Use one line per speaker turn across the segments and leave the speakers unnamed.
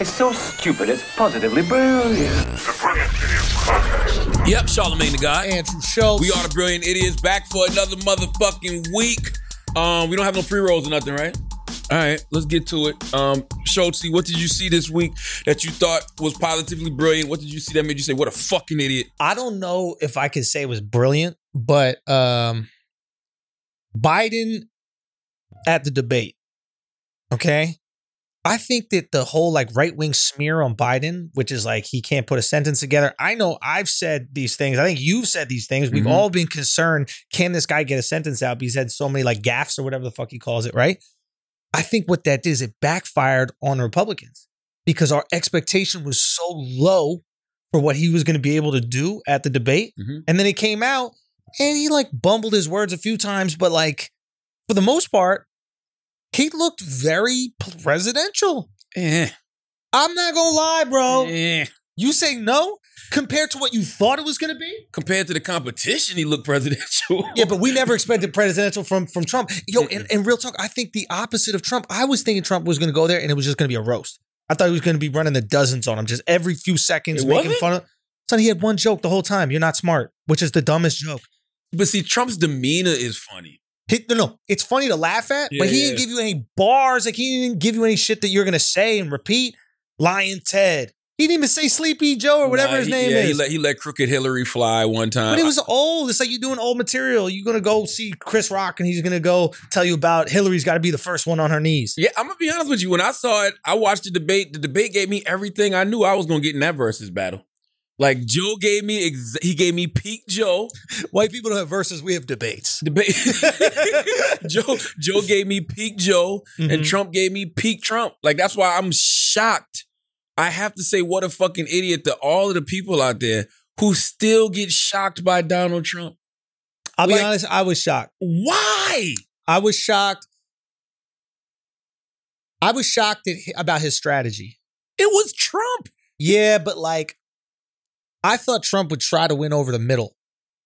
is so stupid it's positively brilliant.
The Brilliant Idiots Podcast.
Yep, Charlemagne the God.
Andrew Schultz.
We are the Brilliant Idiots back for another motherfucking week. Um, we don't have no pre rolls or nothing, right? All right, let's get to it. Um, Schultz, what did you see this week that you thought was positively brilliant? What did you see that made you say, "What a fucking idiot"?
I don't know if I could say it was brilliant, but um, Biden at the debate. Okay. I think that the whole like right wing smear on Biden, which is like he can't put a sentence together. I know I've said these things. I think you've said these things. We've
Mhm.
all been concerned. Can this guy get a sentence out? He's had so many like gaffes or whatever the fuck he calls it, right? I think what that did is it backfired on Republicans because our expectation was so low for what he was going to be able to do at the debate.
Mhm.
And then it came out and he like bumbled his words a few times, but like for the most part, he looked very presidential.
Eh,
I'm not gonna lie, bro.
eh.
You say no compared to what you thought it was gonna be?
Compared to the competition, he looked presidential.
Yeah, but we never expected presidential from from Trump. Yo, and, and real talk, I think the opposite of Trump. I was thinking Trump was gonna go there and it was just gonna be a roast. I thought he was gonna be running the dozens on him just every few seconds,
It
making
wasn't?
fun of Son, he had one joke the whole time. You're not smart, which is the dumbest joke.
but see, Trump's demeanor is funny.
He, no, no, it's funny to laugh at, but he
Yeah.
didn't give you any bars. Like he didn't give you any shit that you're gonna say and repeat. Lion Ted. He didn't even say Sleepy Joe or whatever
Nah,
his
he-
name
yeah,
is.
He let, uh, he let crooked Hillary fly one time.
but it was old. It's like you're doing old material. You're gonna go see Chris Rock, and he's gonna go tell you about Hillary's got to be the first one on her knees.
Yeah, I'm gonna be honest with you. When I saw it, I watched the debate. The debate gave me everything I knew I was gonna get in that versus battle. Like Joe gave me, ex- he gave me peak Joe
White people don't have verses. We have debates.
debate. Joe Joe gave me peak Joe, and
Mhm.
Trump gave me peak Trump. Like that's why I'm shocked. I have to say, what a fucking idiot to all of the people out there who still get shocked by Donald Trump.
I'll
Like-
be honest. I was shocked.
Why?
I was shocked. I was shocked at, about his strategy.
It was Trump.
Yeah, but like, I thought Trump would try to win over the middle,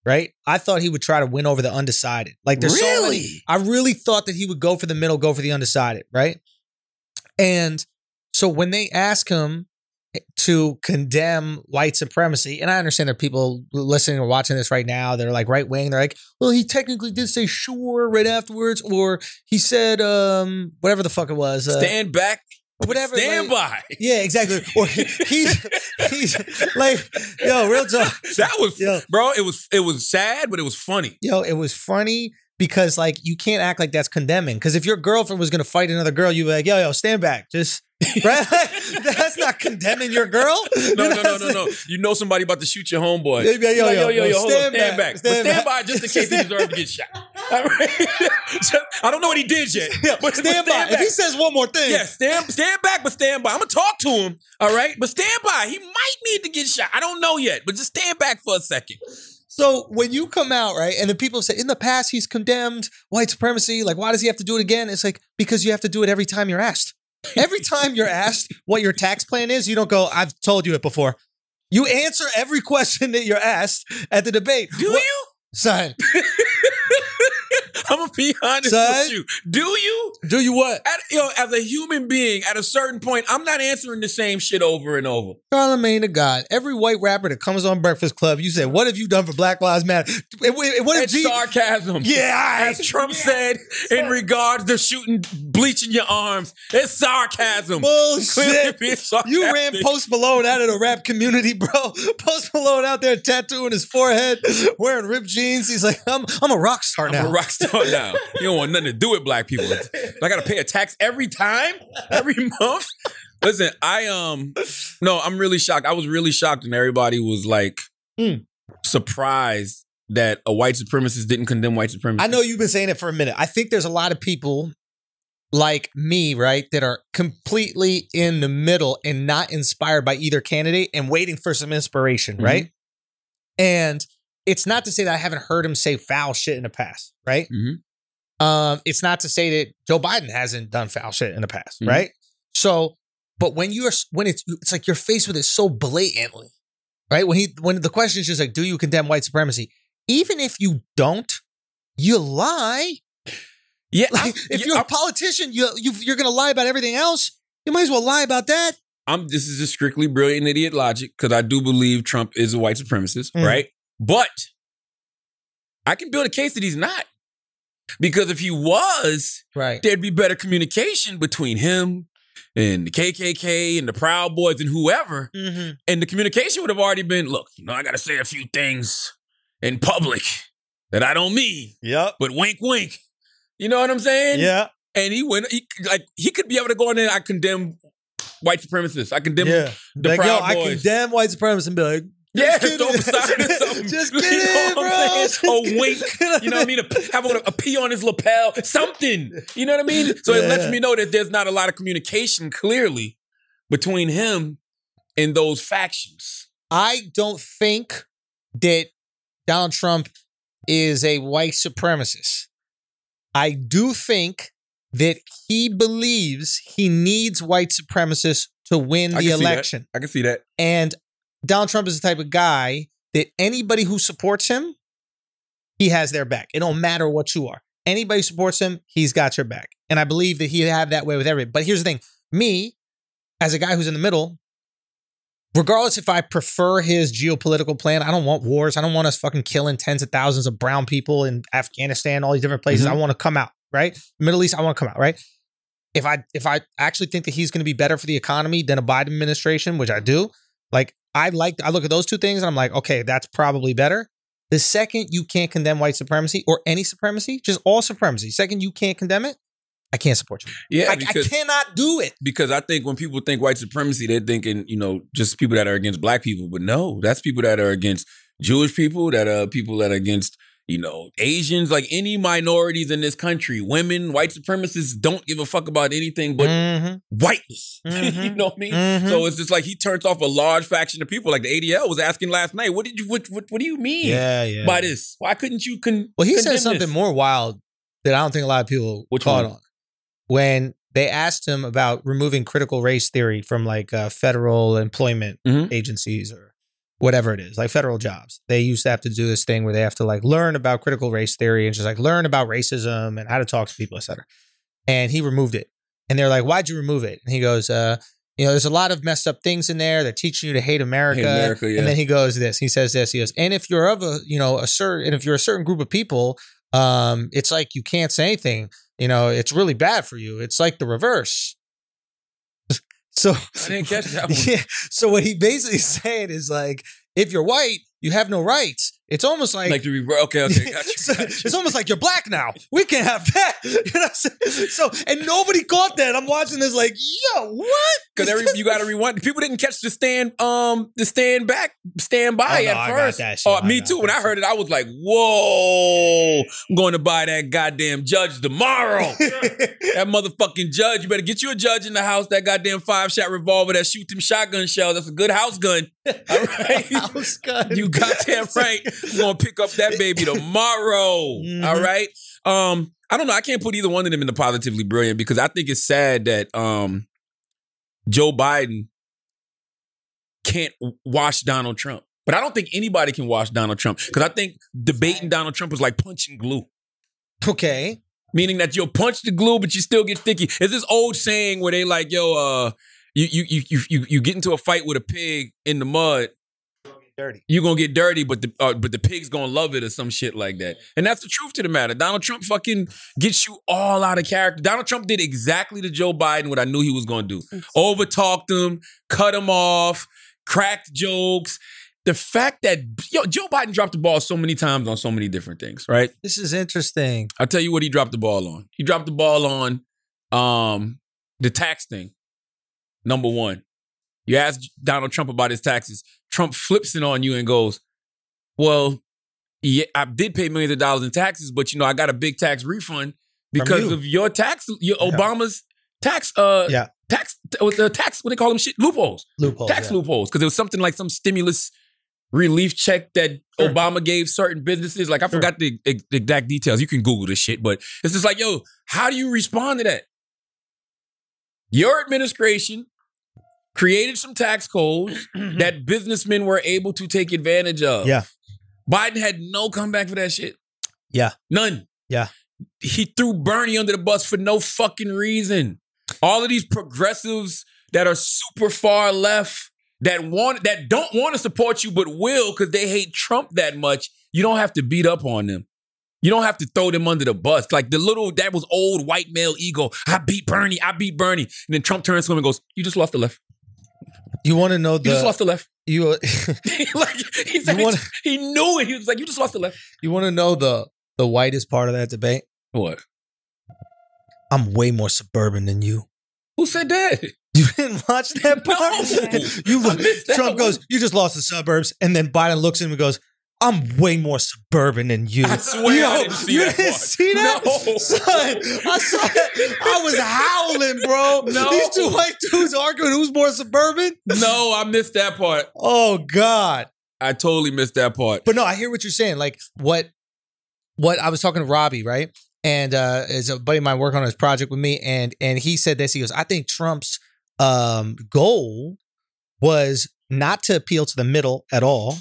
right? I thought he would try to win over the undecided. Like, there's so many-
Really?
I really thought that he would go for the middle, go for the undecided, right? And so when they ask him to condemn white supremacy, and I understand there are people listening or watching this right now, they're like right wing, they're like, well, he technically did say sure right afterwards, or he said um whatever the fuck it was. Uh,
Stand back.
whatever
Stand
like-
by.
yeah, exactly. Or he- he's he's like, yo, real talk.
That was
Yo,
bro. It was it was sad, but it was funny.
yo, it was funny because like you can't act like that's condemning. Because if your girlfriend was gonna fight another girl, you'd be like, yo, yo, stand back. Just right? that's not condemning your girl. You
No,
know
no,
what
no,
I'm
no, no.
saying?
You know somebody about to shoot your homeboy.
They'd be like,
Yo,
yo,
like, yo, yo, yo, hold
stand,
hold stand back. But stand by just in case he
Stand-
deserves to get shot. All right? So, I don't know what he did yet. But, but
Stand by. If he says one more thing,
yeah, stand stand back, but stand by. I'm gonna talk to him. All right, but stand by. He might need to get shot. I don't know yet, but just stand back for a second.
So when you come out, right, and the people say in the past he's condemned white supremacy, like why does he have to do it again? It's like because you have to do it every time you're asked. Every time you're asked what your tax plan is, you don't go, I've told you it before. You answer every question that you're asked at the debate.
Do
What-
you?
Son,
I'm gonna be honest
Son?
with you. Do you?
do you what?
At, you know, as a human being, at a certain point, I'm not answering the same shit over and over.
Charlemagne to God. Every white rapper that comes on Breakfast Club, you say, What have you done for Black Lives Matter? And wh- and What if
That's
G-
sarcasm.
Yeah,
As Trump said in regards to shooting bleaching your arms, it's sarcasm. Clearly
bullshit.
being sarcastic.
You ran Post Malone out of the rap community, bro. Post Malone out there tattooing his forehead, wearing ripped jeans. He's like, I'm, I'm a rock star
I'm
now.
a rock star now. You don't want nothing to do with black people. I gotta pay a tax every time, every month. Listen, I um no, I'm really shocked. I was really shocked and everybody was like
Mm.
surprised that a white supremacist didn't condemn white supremacy.
I know you've been saying it for a minute. I think there's a lot of people like me, right, that are completely in the middle and not inspired by either candidate and waiting for some inspiration,
Mhm.
right? And it's not to say that I haven't heard him say foul shit in the past, right?
Mhm.
Um, it's not to say that Joe Biden hasn't done foul shit in the past,
Mhm.
right? So, but when you're when it's it's like you're faced with it so blatantly, right? When he when the question is just like, do you condemn white supremacy? Even if you don't, you lie.
Yeah,
Like,
I-
if
yeah,
you're a
I-
politician, you, you you're gonna lie about everything else. You might as well lie about that.
I'm this is just strictly brilliant idiot logic because I do believe Trump is a white supremacist,
Mm.
right? But I can build a case that he's not. Because if he was,
Right.
there'd be better communication between him and the KKK and the Proud Boys and whoever.
Mm-hmm.
And the communication would have already been look, you know, I got to say a few things in public that I don't mean,
Yep.
but wink, wink. You know what I'm saying?
Yeah.
And he went, he, like, he could be able to go in there, I condemn white supremacists. I condemn
yeah.
the
like,
Proud
yo, I
Boys.
condemn white supremacists and be like,
Yeah,
kidding.
throw him a sign or something.
Just
You know
kidding,
what I'm saying?
bro. Just
A
kidding.
wink. You know what I mean? A- have a, a pee on his lapel, something. You know what I mean? So it
Yeah,
lets
yeah.
me know that there's not a lot of communication clearly between him and those factions.
I don't think that Donald Trump is a white supremacist. I do think that he believes he needs white supremacists to win
I
the
can see that.
election.
I can see that.
And Donald Trump is the type of guy that anybody who supports him, he has their back. It don't matter what you are. Anybody who supports him, he's got your back. And I believe that he have that way with everybody. But here's the thing: me, as a guy who's in the middle, regardless if I prefer his geopolitical plan, I don't want wars. I don't want us fucking killing tens of thousands of brown people in Afghanistan, all these different places.
Mhm.
I want to come out, right? Middle East, I want to come out, right? If I if I actually think that he's going to be better for the economy than a Biden administration, which I do, like I like I look at those two things and I'm like, okay, that's probably better. The second you can't condemn white supremacy or any supremacy, just all supremacy, second you can't condemn it, I can't support you.
Yeah,
I, I
because
cannot do it.
because I think when people think white supremacy, they're thinking you know just people that are against black people, but no, that's people that are against Jewish people, that are people that are against you know Asians, like any minorities in this country, women, white supremacists don't give a fuck about anything but
Mhm,
whiteness. you
Mhm.
know what I mean?
mhm.
So it's just like he turns off a large faction of people. Like the ADL was asking last night, what did you what what, what do you mean
yeah, yeah.
by this? Why couldn't you con-
Well, he
condemn
said something
this?
more wild that I don't think a lot of people
Which
caught
one?
on. When they asked him about removing critical race theory from like uh, federal employment
Mhm.
agencies or whatever it is, like federal jobs, they used to have to do this thing where they have to like learn about critical race theory and just like learn about racism and how to talk to people, et cetera. And he removed it. And they're like, why'd you remove it? And he goes, uh, you know, there's a lot of messed up things in there. They're teaching you to hate America.
Hey, America, yeah.
And then he goes this. He says this. He goes, and if you're of a you know a certain, and if you're a certain group of people, um, it's like you can't say anything. You know, it's really bad for you. It's like the reverse. So
I didn't catch that one.
yeah. So what he basically said is like, if you're white, you have no rights. It's almost like.
Like to be okay, okay, got you,
So,
got you.
it's almost like you're black now. We can't have that. You know what I'm saying? So, and nobody caught that. I'm watching this like, yo, what?
Because every you got to rewind. People didn't catch the stand, um, the stand back, stand by
Oh, no,
at
I got
first.
that shit.
Oh,
I
me
got
too. When
that
I heard it, I was like, "Whoa, I'm going to buy that goddamn judge tomorrow." that motherfucking judge. You better get you a judge in the house. That goddamn five shot revolver that shoot them shotgun shells. That's a good house gun. All right.
House gun.
You goddamn right. I'm gonna pick up that baby tomorrow.
Mhm.
All right. Um, I don't know. I can't put either one of them in the positively brilliant because I think it's sad that um Joe Biden can't wash Donald Trump. But I don't think anybody can wash Donald Trump because I think debating Donald Trump is like punching glue
Okay.
meaning that you'll punch the glue, but you still get sticky. It's this old saying where they like, yo, uh, you you you you you you get into a fight with a pig in the mud,
Dirty.
you're gonna get dirty, but the uh, but the pig's gonna love it or some shit like that. And that's the truth to the matter. Donald Trump fucking gets you all out of character. Donald Trump did exactly to Joe Biden what I knew he was gonna do. Overtalked him, cut him off, cracked jokes. The fact that yo, Joe Biden dropped the ball so many times on so many different things, right?
This is interesting.
I'll tell you what he dropped the ball on. He dropped the ball on um the tax thing. Number one. You ask Donald Trump about his taxes. Trump flips it on you and goes, Well, yeah, I did pay millions of dollars in taxes, but you know, I got a big tax refund because
you.
of your tax your
Yeah.
Obama's tax uh
Yeah.
tax uh, tax what they call them shit loopholes
Loophole.
tax loopholes because it was something like some stimulus relief check that
Sure.
Obama gave certain businesses. Like I
Sure.
forgot the, ex- exact details. You can Google this shit, but it's just like, yo, how do you respond to that? Your administration created some tax codes that businessmen were able to take advantage of.
Yeah.
Biden had no comeback for that shit.
Yeah.
None.
Yeah.
He threw Bernie under the bus for no fucking reason. All of these progressives that are super far left that want that don't want to support you but will because they hate Trump that much. You don't have to beat up on them. You don't have to throw them under the bus. Like the little that was old white male ego. I beat Bernie. I beat Bernie. And then Trump turns to him and goes, "You just lost the left.
You want to know
You just
the
lost the left."
you
like he said,
You wanna-
he knew it. He was like, "You just lost the left."
you want to know the the whitest part of that debate?
What?
I'm way more suburban than you.
Who said that?
You didn't watch that
No.
part? you
I missed that
Trump
one.
goes, "You just lost the suburbs," and then Biden looks at him and goes, "I'm way more suburban than you."
I swear
Yo,
I didn't see
you
that
didn't
part.
see that?
No.
Son, I saw that. I was howling, bro.
No.
These two white dudes arguing who's more suburban.
No, I missed that part.
Oh God.
I totally missed that part.
But no, I hear what you're saying. Like what what I was talking to Robbie, right? And uh is a buddy of mine working on his project with me, and and he said this. He goes, I think Trump's um goal was not to appeal to the middle at all.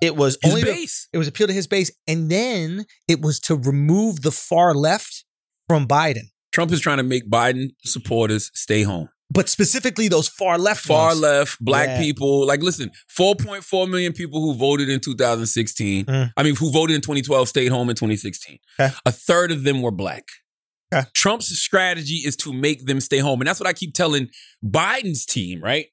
It was
His
only to-
base.
it was appeal to his base, and then it was to remove the far left from Biden.
Trump is trying to make Biden supporters stay home.
But specifically those far left
Far
ones.
left, black
Yeah.
people. Like, listen, 4.4 million people who voted in 2016,
Mm.
I mean, who voted in 2012 stayed home in 2016.
Okay.
A third of them were black.
Okay.
Trump's strategy is to make them stay home. And that's what I keep telling Biden's team, right?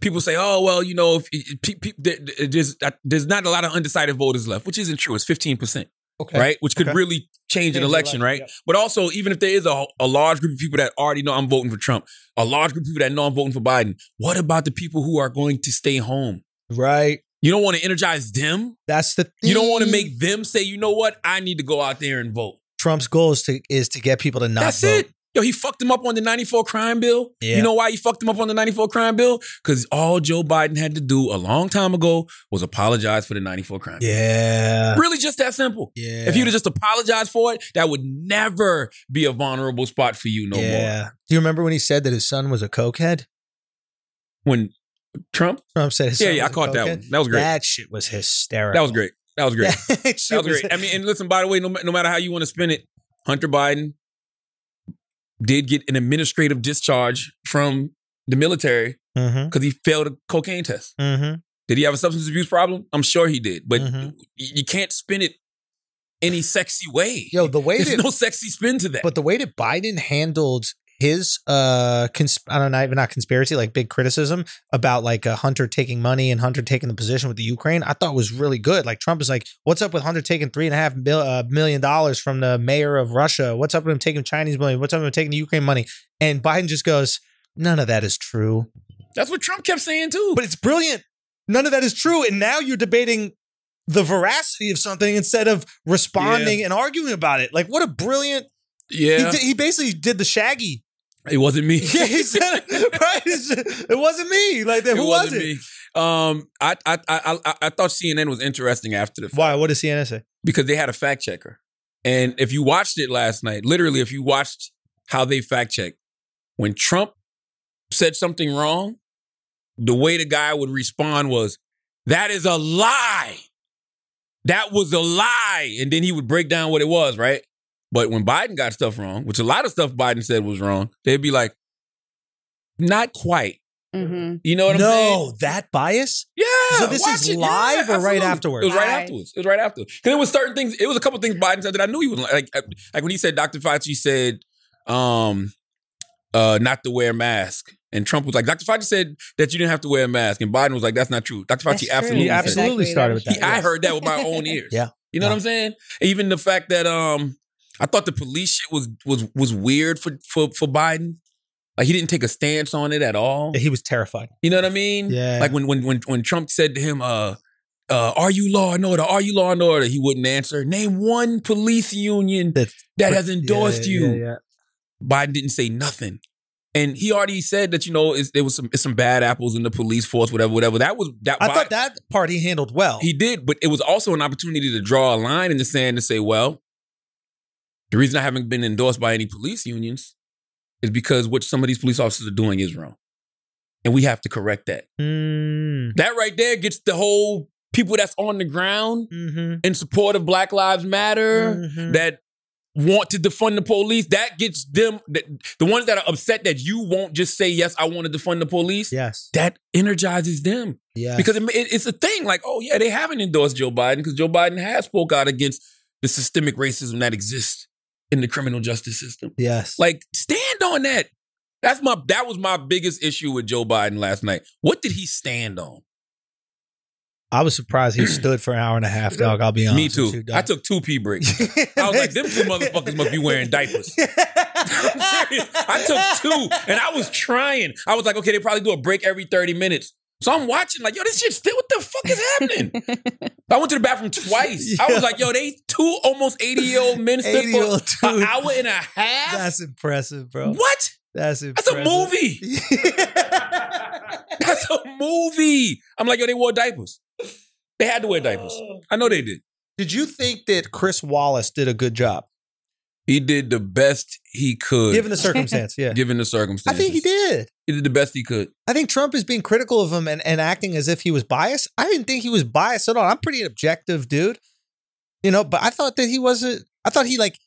People say, oh, well, you know, if, pe- pe- there- there's, uh, there's not a lot of undecided voters left, which isn't true. It's 15%.
Okay.
right? Which could
Okay.
really change an
Change the
election,
election,
right?
yep.
But also, even if there is a, a large group of people that already know I'm voting for Trump, a large group of people that know I'm voting for Biden, what about the people who are going to stay home?
Right.
You don't want to energize them.
That's the
You don't want to
thing.
make them say, you know what? I need to go out there and vote.
Trump's goal is to is to get people to not
That's
vote.
it. Yo, he fucked him up on the 94 crime bill.
Yeah.
You know why he fucked him up on the 94 crime bill? Because all Joe Biden had to do a long time ago was apologize for the 94 crime bill.
Yeah.
Really just that simple.
Yeah.
If you'd have just apologized for it, that would never be a vulnerable spot for you no more.
yeah. Do you remember when he said that his son was a cokehead?
When Trump,
Trump said his
yeah,
son
yeah, I
was a
caught that
cokehead?
one. That was great. That,
That shit was hysterical.
was great. That was great.
That, shit
That was
was-
great. I mean, and listen, by the way, no, ma- no matter how you want to spin it, Hunter Biden did get an administrative discharge from the military
Mhm,
because he failed a cocaine test.
mhm.
Did he have a substance abuse problem? I'm sure he did, but
Mhm.
y- you can't spin it any sexy way.
Yo, the way
There's
that,
no sexy spin to that.
but the way that Biden handled his uh cons- I don't know even not conspiracy like big criticism about like uh, Hunter taking money and Hunter taking the position with the Ukraine I thought was really good like Trump is like what's up with Hunter taking three and a half mil- uh, million dollars from the mayor of Russia what's up with him taking Chinese money what's up with him taking the Ukraine money and Biden just goes none of that is true
That's what Trump kept saying too.
but it's brilliant. None of that is true. And now you're debating the veracity of something instead of responding and arguing about it. Like, what a brilliant.
yeah,
He, did, he basically did the shaggy.
it wasn't me.
Yeah, he said, right? It's just- it wasn't me. Like, who was it?
me. Um, I, I I I I thought CNN was interesting after the fact
Why? What did CNN say?
because they had a fact checker, and if you watched it last night, literally, if you watched how they fact checked when Trump said something wrong, the way the guy would respond was, "That is a lie. That was a lie," and then he would break down what it was, right? But when Biden got stuff wrong, which a lot of stuff Biden said was wrong, they'd be like, "Not quite."
Mm-hmm.
You know what I'm saying?
no, that bias?
Yeah.
So this
watch
is
it.
live or
absolutely.
right afterwards?
It was right
Live.
afterwards. It was right afterwards. Because it was certain things. It was a couple things Biden said that I knew he was like like like when he said Dr. Fauci said um uh not to wear a mask. And Trump was like, Dr. Fauci said that you didn't have to wear a mask. And Biden was like, that's not true. Dr. Fauci absolutely
He
said
absolutely started with
that.
that.
He- I heard that with my own ears.
Yeah.
You know what I'm saying? Even the fact that um I thought the police shit was was was weird for for for Biden. Like he didn't take a stance on it at all.
He was terrified.
You know what I mean?
Eh, Yeah.
Mm-hmm. Like when when when when Trump said to him, uh, uh, "Are you law and order? Are you law and order?" He wouldn't answer. Name one police union
That-
that has endorsed
Yeah, yeah,
you.
yeah.
Biden didn't say nothing, and he already said that you know it's, there was some it's some bad apples in the police force, whatever, whatever. That was that.
I
Bi-
thought that part he handled well.
he did, but it was also an opportunity to draw a line in the sand to say, well, the reason I haven't been endorsed by any police unions is because what some of these police officers are doing is wrong, and we have to correct that.
Mm,
That right there gets the whole people that's on the ground
mhm,
in support of Black Lives Matter
mhm.
that want to defund the police, that gets them the, the ones that are upset that you won't just say yes, I want to defund the police.
Yes.
That energizes them
Yes.
because it, it- it's a thing like oh yeah they haven't endorsed joe biden because joe biden has spoke out against the systemic racism that exists in the criminal justice system
yes.
like stand on that that's my that was my biggest issue with joe biden last night what did he stand on
I was surprised he stood for an hour and a half, dog. I'll be honest.
me too
With you, dog.
i took two pee breaks i was like them two motherfuckers must be wearing diapers I'm serious. I took two and I was trying. I was like, okay, they probably do a break every 30 minutes. So I'm watching, like, yo, this shit still, what the fuck is happening? I went to the bathroom twice. I was like, yo, they two almost 80 year old men stood for
80-year-old
an
dude.
hour and a half.
That's impressive, bro.
what?
That's
That's
impressive.
a movie. That's a movie. I'm like, yo, they wore diapers. They had to wear diapers.
Oh.
I know they did.
Did you think that Chris Wallace did a good job,
He did the best he could,
given the circumstance? Yeah.
given the
I
circumstances.
think he did.
He did the best he could.
I think Trump is being critical of him and, and acting as if he was biased. I didn't think he was biased at all. I'm pretty objective, dude. You know, but I thought that he wasn't. I thought he like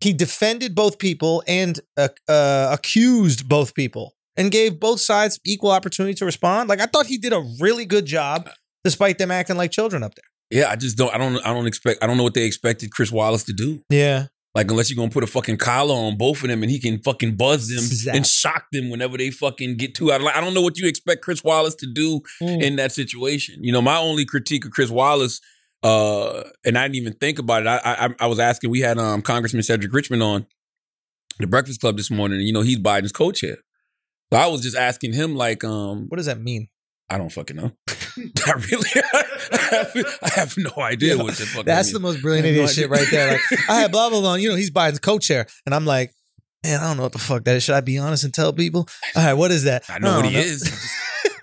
he defended both people and uh, uh, accused both people and gave both sides equal opportunity to respond. Like I thought he did a really good job, despite them acting like children up
Yeah, I just don't. I don't. I don't expect. I don't know what they expected Chris Wallace to do.
there. Yeah,
Like, unless you're gonna put a fucking collar on both of them and he can fucking buzz them
Exactly.
and shock them whenever they fucking get too out of line. I don't know what you expect Chris Wallace to do
Mm.
in that situation. You know, my only critique of Chris Wallace, uh, and I didn't even think about it. I I, I was asking. We had um, Congressman Cedric Richmond on the Breakfast Club this morning, and you know he's Biden's co-chair. So I was just asking him, like, um,
what does that mean?
I don't fucking know. I really, I have, I have no idea
Yo,
what the fuck.
That's
that
the
means.
most brilliant
I have no
idiot shit
idea.
right there. Like, I had blah blah blah. You know, he's Biden's co-chair, and I'm like, man, I don't know what the fuck that is. Should I be honest and tell people? All right, what is that?
I know what
don't
he is. I just-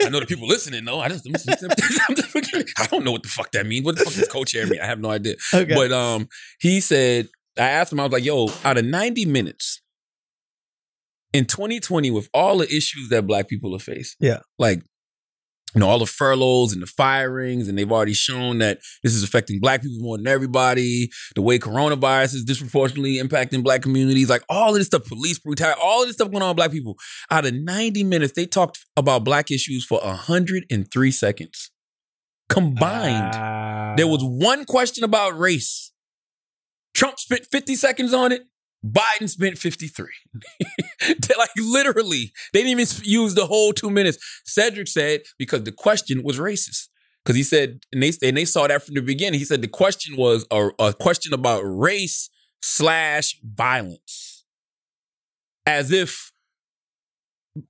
I know the people listening though. I just, I'm just, I'm just fucking- I don't know what the fuck that means. What the fuck does co-chair mean? I have no idea.
Okay.
But um, he said, I asked him. I was like, yo, out of ninety minutes in 2020, with all the issues that Black people have faced,
Yeah.
like. You know, all the furloughs and the firings, and they've already shown that this is affecting black people more than everybody. The way coronavirus is disproportionately impacting black communities, like all of this stuff, police brutality, all of this stuff going on with black people out of 90 minutes, they talked about black issues for 103 seconds. Combined, there was one question about race. Trump spent 50 seconds on it. Biden spent 53. They, like literally, they didn't even use the whole two minutes. Cedric said because the question was racist. Because he said, and they and they saw that from the beginning. He said the question was a, a question about race slash violence, as if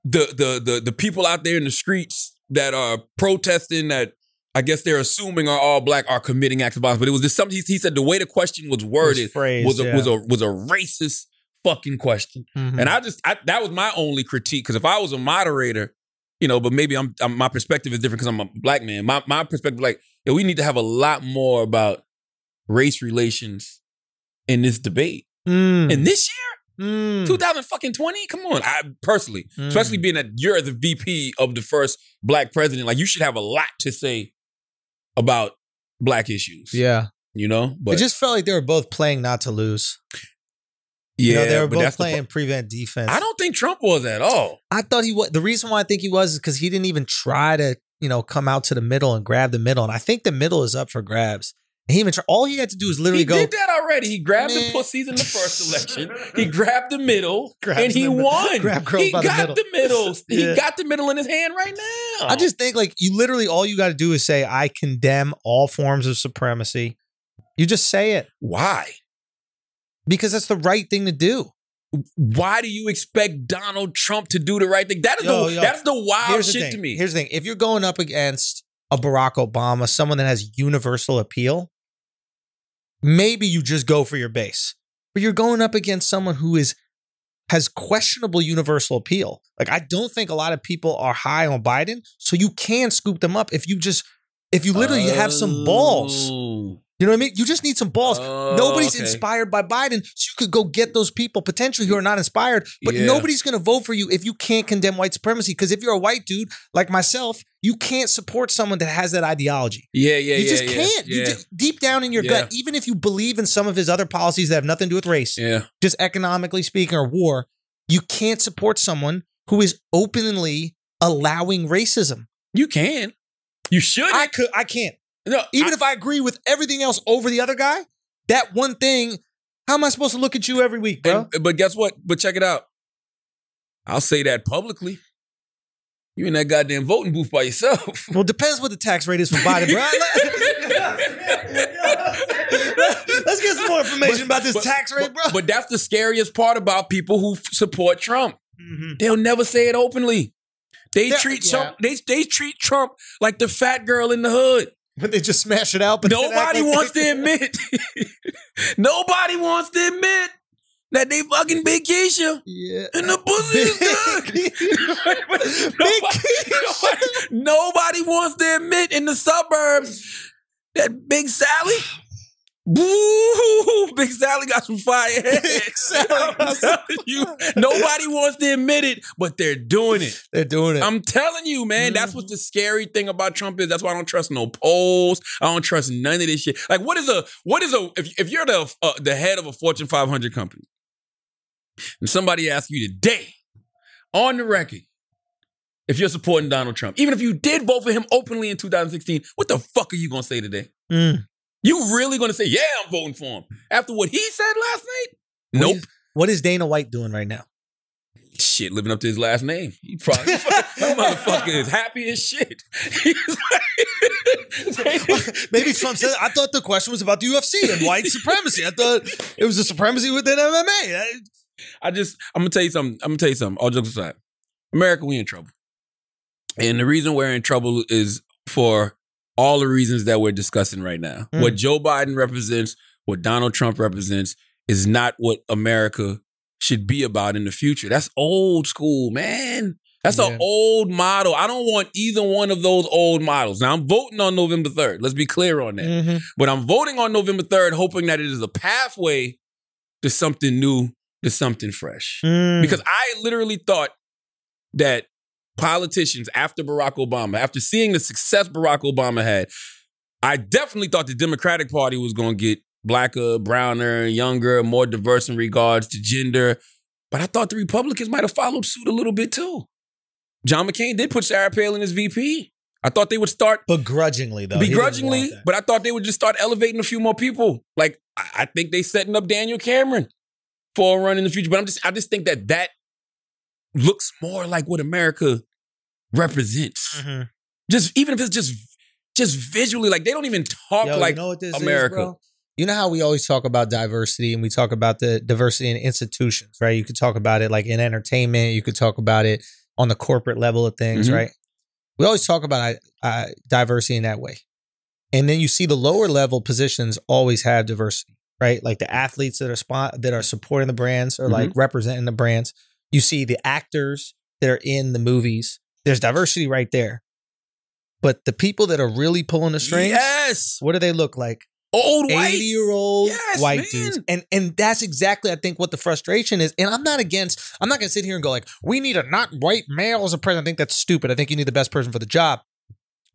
the the the the people out there in the streets that are protesting that I guess they're assuming are all black are committing acts of violence. But it was just something he, he said the way the question was worded
phrase
was a, was a was a racist fucking question. And
Hmm.
I just I, that was my only critique because if I was a moderator, you know, but maybe I'm, I'm my perspective is different because I'm a black man. My my perspective like yo, we need to have a lot more about race relations in this debate.
Mm. Hmm.
And this year, 2020, come on. I personally,
Mm.
especially being that you're the VP of the first black president, like you should have a lot to say about black issues.
yeah,
you know,
it just felt like they were both playing not to lose.
yeah,
you know, they were
but
both
that's the
playing
pro-
prevent defense.
I don't think Trump was at all.
I thought he was. The reason why I think he was is because he didn't even try to, you know, come out to the middle and grab the middle. And I think the middle is up for grabs. And he even tr- all he had to do is literally
he
go.
did that already. He grabbed the
Man.
pussies in the first election. He grabbed the middle,
Grabs
and he
the-
won.
grab girls
he
by the
got
middle.
the middle. He
Yeah.
got the middle in his hand right now.
I just think like you literally all you got to do is say I condemn all forms of supremacy. You just say it
why?
because that's the right thing to do.
Why do you expect Donald Trump to do the right thing? That is
Yo,
the
yo.
that's the wild
Here's the
shit
thing.
to me.
Here's the thing. If you're going up against a Barack Obama, someone that has universal appeal, maybe you just go for your base. But you're going up against someone who is has questionable universal appeal. Like I don't think a lot of people are high on Biden, so you can scoop them up if you just if you literally have some balls.
Oh.
You know what I mean? You just need some balls.
Oh,
nobody's
okay.
inspired by Biden. So you could go get those people potentially who are not inspired, but
Yeah.
nobody's going to vote for you if you can't condemn white supremacy. Because if you're a white dude like myself, you can't support someone that has that ideology.
Yeah, yeah,
you
yeah.
just
yeah,
can't.
Yeah.
You just, deep down in your
Yeah.
gut, even if you believe in some of his other policies that have nothing to do with race,
yeah.
just economically speaking or war, you can't support someone who is openly allowing racism.
You can. You should.
I could I can't.
no,
Even if I agree with everything else over the other guy, that one thing, how am I supposed to look at you every week, bro?
And- but guess what? But check it out. I'll say that publicly. You in that goddamn voting booth by yourself.
well, depends what the tax rate is for Biden, bro. Let's get some more information about this
But-
tax rate, bro.
but- But that's the scariest part about people who f- support Trump.
Mhm.
They'll never say it openly. They
Yeah,
treat
yeah.
Trump. They they treat Trump like the fat girl in the hood.
But they just smash it out. But then act
Nobody
like
wants
they-
to admit. Nobody wants to admit that they fucking Big Keisha
Yeah.
and the pussy is good. nobody, nobody, nobody wants to admit in the suburbs that Big Sally. Boo! Big Sally got some fire.
Big Sally got
I'm
some
telling you, nobody wants to admit it, but they're doing it.
They're doing it.
I'm telling you, man, that's
Mm-hmm.
what the scary thing about Trump is. That's why I don't trust no polls. I don't trust none of this shit. Like, what is a what is a if, if you're the uh, the head of a Fortune 500 company, and somebody asks you today on the record if you're supporting Donald Trump, even if you did vote for him openly in 2016, what the fuck are you gonna say today?
Mm.
You really gonna say, yeah, I'm voting for him after what he said last night? Nope.
What is Dana White doing right now?
shit living up to his last name. He probably that motherfucker is happy as shit. He's like-
Maybe Trump said, I thought the question was about the UFC and white supremacy. I thought it was a supremacy within MMA. I-
I just I'm gonna tell you something. I'm gonna tell you something. All jokes aside, America, we in trouble, and the reason we're in trouble is for all the reasons that we're discussing right now.
Mm.
What Joe Biden represents, what Donald Trump represents, is not what America should be about in the future. That's old school, man. That's
Yeah.
an old model. I don't want either one of those old models. Now I'm voting on November 3rd. Let's be clear on that. But I'm voting on November 3rd, hoping that it is a pathway to something new, to something fresh.
Hmm.
Because I literally thought that politicians after Barack Obama, after seeing the success Barack Obama had, I definitely thought the Democratic Party was going to get blacker, browner, younger, more diverse in regards to gender. But I thought the Republicans might have followed suit a little bit too. John McCain did put Sarah Palin as VP. I thought they would start
begrudgingly, though. he didn't want
begrudgingly,
that.
but I thought they would just start elevating a few more people. Like I, I think they setting up Daniel Cameron for a run in the future. But I'm just I just think that that looks more like what America represents.
Mhm.
Just even if it's just just visually, like they don't even talk
Yo, you
like
know what this is,
America.
bro? You know how we always talk about diversity and we talk about the diversity in institutions, right? You could talk about it like in entertainment, you could talk about it on the corporate level of things,
Mhm.
right? We always talk about uh, uh, diversity in that way. And then you see the lower level positions always have diversity, right? Like the athletes that are spot that are supporting the brands or
Mm-hmm.
like representing the brands. You see the actors that are in the movies. There's diversity right there. But the people that are really pulling the strings,
yes,
what do they look like?
old white.
80 year old
Yes,
white
man.
dudes. And and that's exactly I think what the frustration is. And I'm not against I'm not gonna sit here and go like, we need a not white male as a president. I think that's stupid. I think you need the best person for the job.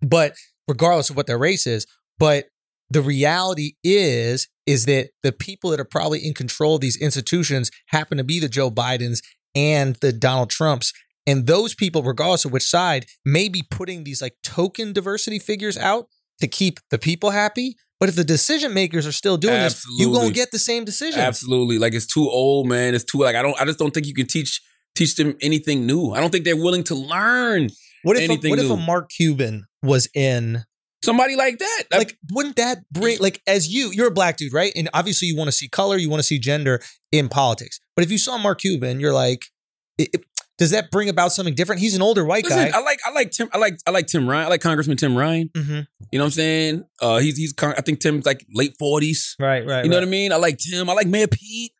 But regardless of what their race is, but the reality is is that the people that are probably in control of these institutions happen to be the Joe Bidens and the Donald Trumps. And those people, regardless of which side, may be putting these like token diversity figures out to keep the people happy. But if the decision makers are still doing this, you're
Absolutely.
gonna get the same decision.
Absolutely, like it's too old, man. It's too like I don't. I just don't think you can teach teach them anything new. I don't think they're willing to learn.
What if a,
Anything
what if a
new.
Mark Cuban was in
Somebody like that, Like,
like wouldn't that bring like as you you're a black dude right and obviously you want to see color you want to see gender in politics but if you saw mark cuban you're like it, it- does that bring about something different he's an older white
Listen,
guy
I like I like Tim I like I like Tim Ryan. I like Congressman Tim Ryan.
Mhm.
You know what I'm saying? Uh he's he's con- I think Tim's like late 40s.
right right
You know what I mean? I like Tim. I like Mayor Pete.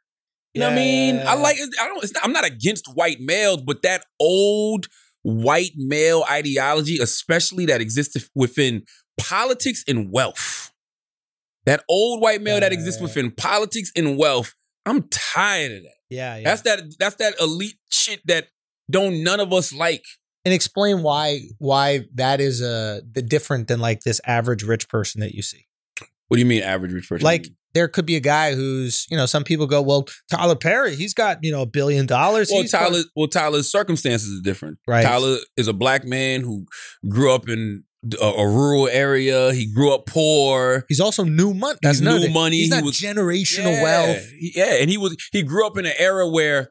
You know what I mean? I like I don't it's not, I'm not against white males, but that old white male ideology especially that exists within politics and wealth. That old white male that exists within politics and wealth. I'm tired of that.
Yeah, yeah.
That's that. That's that elite shit that don't none of us like.
and explain why why that is uh the different than like this average rich person that you see.
What do you mean, average rich person?
Like there could be a guy who's you know some people go well Tyler Perry he's got you know a billion dollars.
well,
He's
Tyler.
got-"
well, Tyler's circumstances are different.
Right.
Tyler is a black man who grew up in a, a rural area. He grew up poor.
he's also new money.
He's
That's another
new
thing.
money. He
He's not
was-
generational wealth.
He- Yeah, and he was he grew up in an era where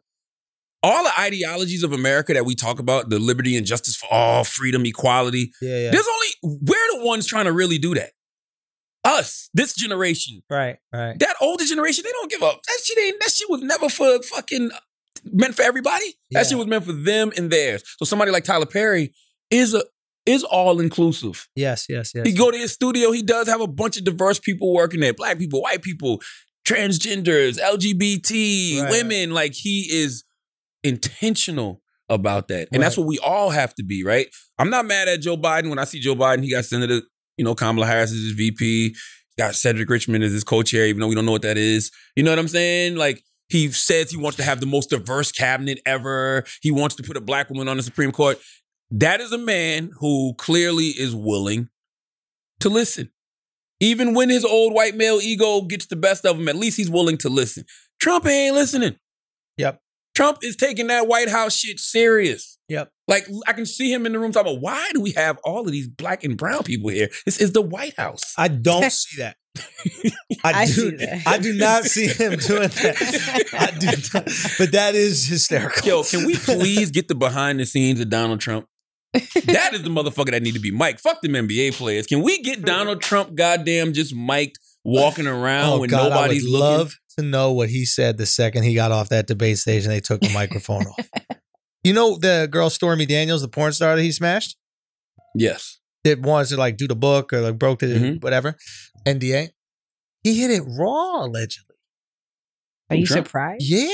all the ideologies of America that we talk about, the liberty and justice for all, freedom, equality,
Yeah, yeah.
there's only we're the ones trying to really do that. Us, this generation.
right, right.
That older generation, they don't give up. That shit ain't that shit was never for fucking meant for everybody.
Yeah.
That shit was meant for them and theirs. So somebody like Tyler Perry is a is all inclusive.
Yes, yes, yes.
He go to his studio. He does have a bunch of diverse people working there: black people, white people, transgenders, LGBT
Right,
women. Like he is intentional about that, and that's
Right.
what we all have to be, right? I'm not mad at Joe Biden. When I see Joe Biden, he got Senator, you know, Kamala Harris as his VP. Got Cedric Richmond as his co-chair, even though we don't know what that is. You know what I'm saying? Like he says he wants to have the most diverse cabinet ever. He wants to put a black woman on the Supreme Court. That is a man who clearly is willing to listen. Even when his old white male ego gets the best of him, at least he's willing to listen. Trump ain't listening.
Yep.
Trump is taking that White House shit serious.
Yep.
Like I can see him in the room talking about why do we have all of these black and brown people here? This is the White House.
I don't see that. I,
I
do.
see that.
I do not see him doing that. I do not, but that is hysterical.
Yo, can we please get the behind the scenes of Donald Trump? That is the motherfucker that need to be mic'd. Fuck them NBA players. Can we get Donald Trump goddamn just mic'd walking around
Oh
when
God,
nobody's
I would
looking?
love to know what he said the second he got off that debate stage and they took the microphone off. You know the girl Stormy Daniels, the porn star that he smashed,
yes.
that wanted to like do the book or like broke the
Mhm.
whatever NDA. He hit it raw allegedly.
Are you
Trump.
surprised?
Yeah,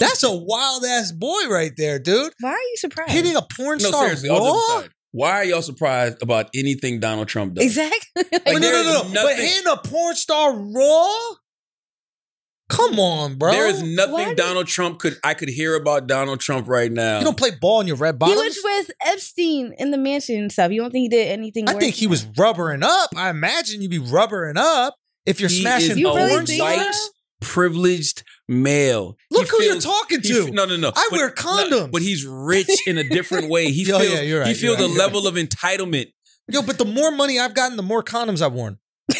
that's a wild ass boy right there, dude.
Why are you surprised?
Hitting a porn
No,
star
seriously. all
raw. Oh,
jokes aside, why are y'all surprised about anything Donald Trump does?
Exactly.
Like,
Wait, no, no,
there
no,
is
no. But
nothing-
hitting a porn star raw? Come on, bro.
there is nothing
why did-
Donald Trump could I could hear about Donald Trump right now.
you don't play ball in your red bottoms.
he was with Epstein in the mansion and stuff. You don't think he did anything?
I
worse
think he
than
was rubbering up. I imagine you'd be rubbering up if you're
He
smashing
is
that? You
a
really
porn
think
white-
stars.
so?
Privileged male. He
Look who you're
feels-
talking
he
to.
f- no, no, no.
I wear
no,
condoms.
but he's rich in a different way. He
Yo,
feels.
yeah, you're right,
he
you're
feels
right,
a
you're
level of entitlement.
Yo, but the more money I've gotten, the more condoms I've worn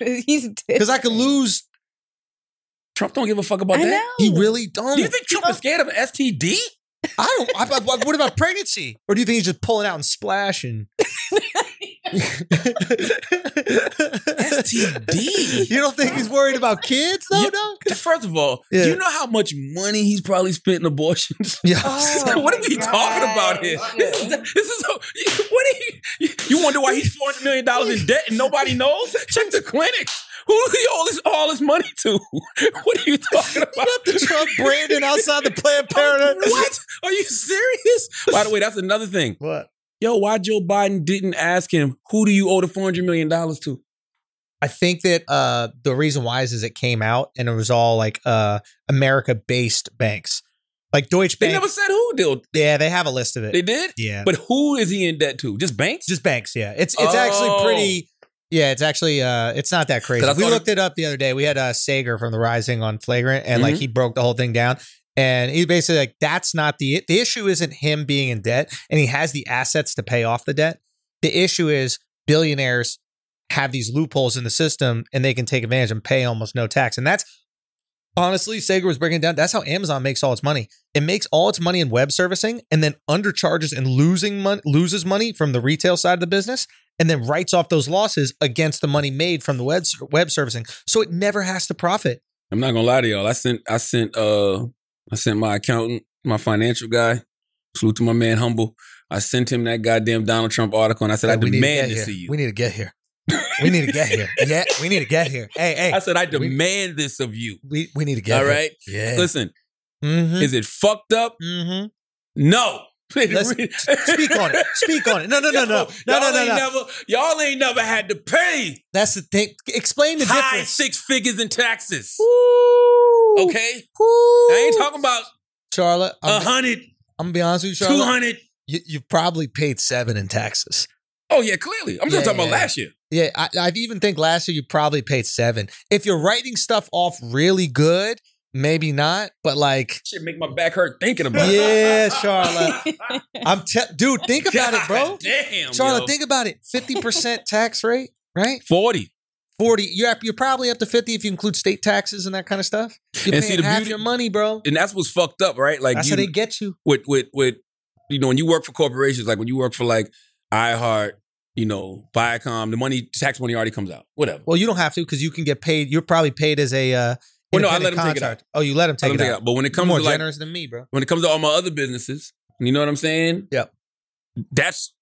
He's
because I could lose.
Trump don't give a fuck about
I
that.
know.
He really
Do you
don't.
think Trump is scared of an STD?
I don't. I, I- what about pregnancy? Or do you think he's just pulling out and splashing?
STD.
You don't think he's worried about kids though,
Yeah.
dog?
First of all,
Yeah.
do you know how much money he's probably spent in abortions?
Yeah.
Oh
what are
my
we talking about
God.
here? This is, this is so, what are you, you wonder why he's four hundred million dollars in debt and nobody knows? Check the clinics. Who he owe this all his money to? What are you talking about?
Not the Trump Brandon outside the Planned Parenthood.
What are you serious? By the way, that's another thing.
What?
Yo, why Joe Biden didn't ask him who do you owe the four hundred million dollars to?
I think that uh, the reason why is, is it came out and it was all like uh, America based banks, like Deutsche
They
Bank.
never said who did.
yeah, they have a list of it.
They did,
yeah,
but who is he in debt to? Just banks?
just banks. Yeah, it's it's actually
Oh.
pretty. Yeah, it's actually uh, it's not that crazy.
I
We
thought it-
looked it up the other day. We had uh, Sager from the Rising on Flagrant, and like
Mhm.
he broke the whole thing down. And he basically like that's not the the issue. Isn't him being in debt, and he has the assets to pay off the debt. The issue is billionaires have these loopholes in the system, and they can take advantage and pay almost no tax. And that's honestly, Sager was breaking it down. That's how Amazon makes all its money. It makes all its money in web servicing, and then undercharges and losing mon- loses money from the retail side of the business and then writes off those losses against the money made from the web web servicing. So it never has to profit.
I'm not gonna lie to y'all. I sent I sent uh I sent my accountant, my financial guy, salute to my man Humble. I sent him that goddamn Donald Trump article and I said, I
Hey, we need
demand
get
to,
here.
see you.
We need to get here. We need to get here. Yeah, we need to get here. Hey,
I
hey,
said, I demand this of you.
we, we need to get
All
here.
right.
Yeah.
Listen,
Mm-hmm.
is it fucked up?
Mm-hmm.
No.
Let's speak on it. Speak on it. No, no, no, no, no,
y'all
no, no,
ain't
no.
Never, y'all ain't never had to pay
That's the thing. Explain the
high
difference.
six figures in taxes.
Okay.
Okay, I ain't talking about
Charlotte.
a
I'm,
hundred,
I'm gonna be honest with you,
two
Charlotte.
hundred.
You, you've probably paid seven in taxes.
Oh yeah, clearly. I'm just
Yeah,
talking about
yeah.
last year.
Yeah, I, I even think last year you probably paid seven. If you're writing stuff off really good, maybe not. But like,
Shit, make my back hurt thinking about it.
yeah, Charlotte. I'm te- dude. Think about it, bro.
God Damn,
Charlotte,
yo.
think about it. Fifty percent tax rate, right?
forty.
Forty. You're up- you're probably up to fifty if you include state taxes and that kind of stuff. You're
And
paying
see, the
half
beauty-
your money, bro.
and that's what's fucked up, right? Like
That's
you,
how they get you.
with with with you know, when you work for corporations, like when you work for like iHeart, you know, Viacom, the money tax money already comes out. Whatever.
Well, you don't have to because you can get paid. You're probably paid as a. Uh,
Well, no, I let them take
independent
it
contractor. Oh, you let
I
them take
don't
it
think
out.
I- but when it
You're
comes
more
to like
generous than me, bro.
when it comes to all my other businesses, you know what I'm saying?
Yep.
That's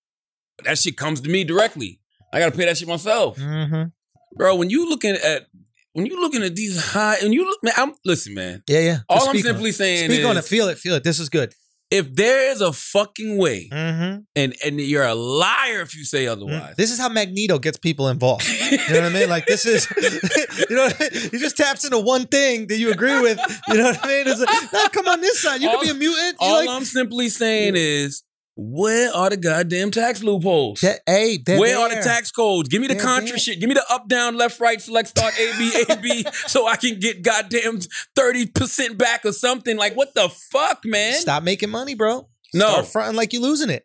that shit comes to me directly. I gotta pay that shit myself.
Mm-hmm.
Bro, when you looking at when you looking at these high and you look man, I'm listen, man.
Yeah, yeah.
All
Just
I'm
speak on it.
simply saying
Speak
is
on it. Feel it. Feel it. This is good.
if there is a fucking way,
Mm-hmm.
and and you're a liar if you say otherwise.
Mm. This is how Magneto gets people involved. You know what I mean? Like this is, you know, what I mean? he just taps into one thing that you agree with. You know what I mean? It's like, no, come on this side. You
All-
can be a mutant. You
All
like,
I'm simply saying is, where are the goddamn tax loopholes?
Yeah, hey, they're
Where are the
there.
tax codes? Give me the
They're
contra
there.
shit. Give me the up, down, left, right, select, start, A, B, A, B, so I can get goddamn 30% back or something. Like, what the fuck, man?
Stop making money, bro.
No.
Start fronting like you're losing it.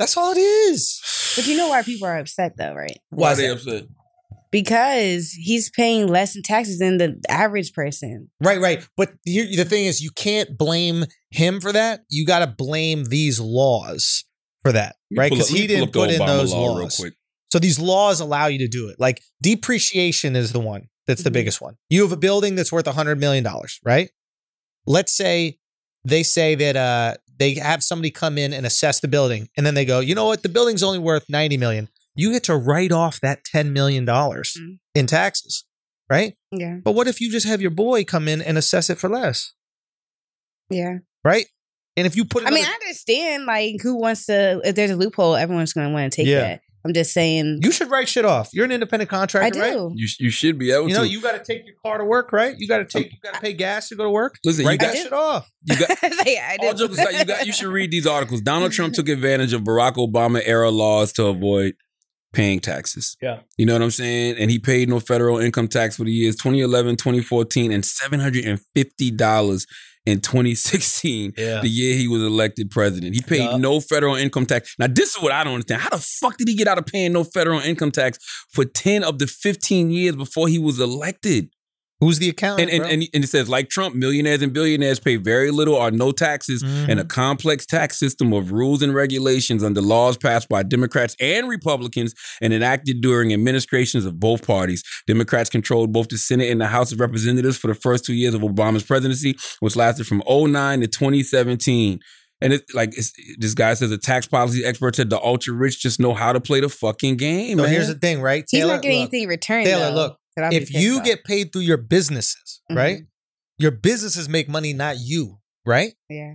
That's all it is.
But you know why people are upset though, right?
Why
Why
are
is
they
that?
upset?
Because he's paying less in taxes than the average person.
Right, right. But here, the thing is, you can't blame him for that. You got to blame these laws for that, right? Because he didn't put in those laws. So these laws allow you to do it. Like depreciation is the one that's the
Mhm.
biggest one. You have a building that's worth $100 million, right? Let's say they say that uh, they have somebody come in and assess the building, and then they go, you know what? The building's only worth $90 million. You get to write off that $10 million
Mm-hmm.
in taxes, right?
Yeah.
But what if you just have your boy come in and assess it for less,
Yeah.
right? And if you put
I mean, I
another-
understand like who wants to if there's a loophole, everyone's gonna want to take
Yeah.
that. I'm just saying
you should write shit off. You're an independent contractor,
I do.
right?
You, sh- you should be able
You know,
to.
you got to take your car to work, right? You got to take, you got to pay gas to go to work.
Listen, you
Write
got,
that
I do.
shit off.
you got,
Like, I
All
do.
jokes aside, you got you should read these articles. Donald Trump took advantage of Barack Obama era laws to avoid paying taxes.
Yeah.
You know what I'm saying? And he paid no federal income tax for the years 2011, 2014, and $750 in 2016,
Yeah.
the year he was elected president. He paid
Yeah.
no federal income tax. Now, this is what I don't understand. How the fuck did he get out of paying no federal income tax for 10 of the 15 years before he was elected?
Who's the accountant?
And, and,
bro?
and, and it says, like Trump, millionaires and billionaires pay very little or no taxes
Mm-hmm.
Mhm.
and a complex tax system of rules and regulations under laws passed by Democrats and Republicans and enacted during administrations of both parties. Democrats controlled both the Senate and the House of Representatives for the first two years of Obama's presidency, which lasted from 09 to 2017. And it's like it's, this guy says, a tax policy expert said the ultra rich just know how to play the fucking game.
so
man.
here's the thing, right?
He's
Taylor,
not getting
look,
anything in return.
Taylor,
though,
look,
that I'll be
if
pissed
you
off.
get paid through your businesses,
Mhm.
right? Your businesses make money, not you, right?
yeah,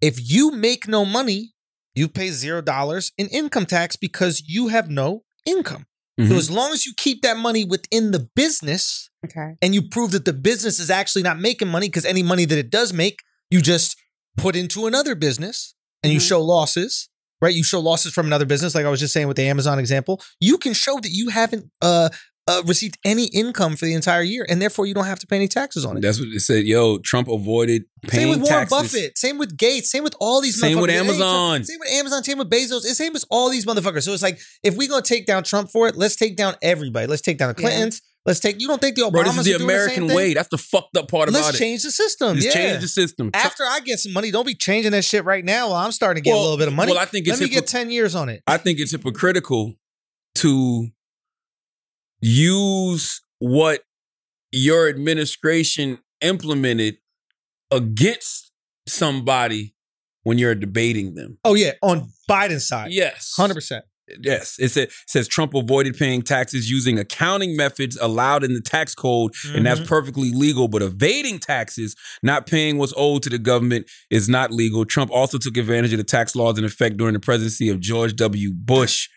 If you make no money, you pay zero dollars in income tax because you have no income.
Mhm.
So as long as you keep that money within the business,
okay,
and you prove that the business is actually not making money because any money that it does make, you just put into another business and you
Mm-hmm.
Mhm.
show losses, right? You show losses from another business, like I was just saying with the Amazon example. You can show that you haven't uh, uh, received any income for the entire year, and therefore you don't have to pay any taxes on it.
That's what it said. Yo, Trump avoided
same
paying
with Warren
taxes.
Buffett, same with Gates, same with all these.
Same with
motherfuckers. Hey, Trump-
Amazon.
same with Amazon, same with Bezos, and same with all these motherfuckers. So it's like if we're gonna take down Trump for it, let's take down everybody. Let's take down the
Yeah.
Clintons. Let's take. You don't think the Obamas
Bro, this is the
are doing the
American
same thing?
way. That's the fucked up part about
Let's
it.
change the system.
Just
yeah.
change the system.
After I get some money, don't be changing that shit right now. While I'm starting to get
Well,
a little bit of money.
well, I think it's
let me
hypocr-
get ten years on it.
I think it's hypocritical to use what your administration implemented against somebody when you're debating them.
Oh yeah, on Biden's side,
Yes.
hundred percent.
Yes, it said, says Trump avoided paying taxes using accounting methods allowed in the tax code, and that's perfectly legal. But evading taxes, not paying what's owed to the government, is not legal. Trump also took advantage of the tax laws in effect during the presidency of George W. Bush.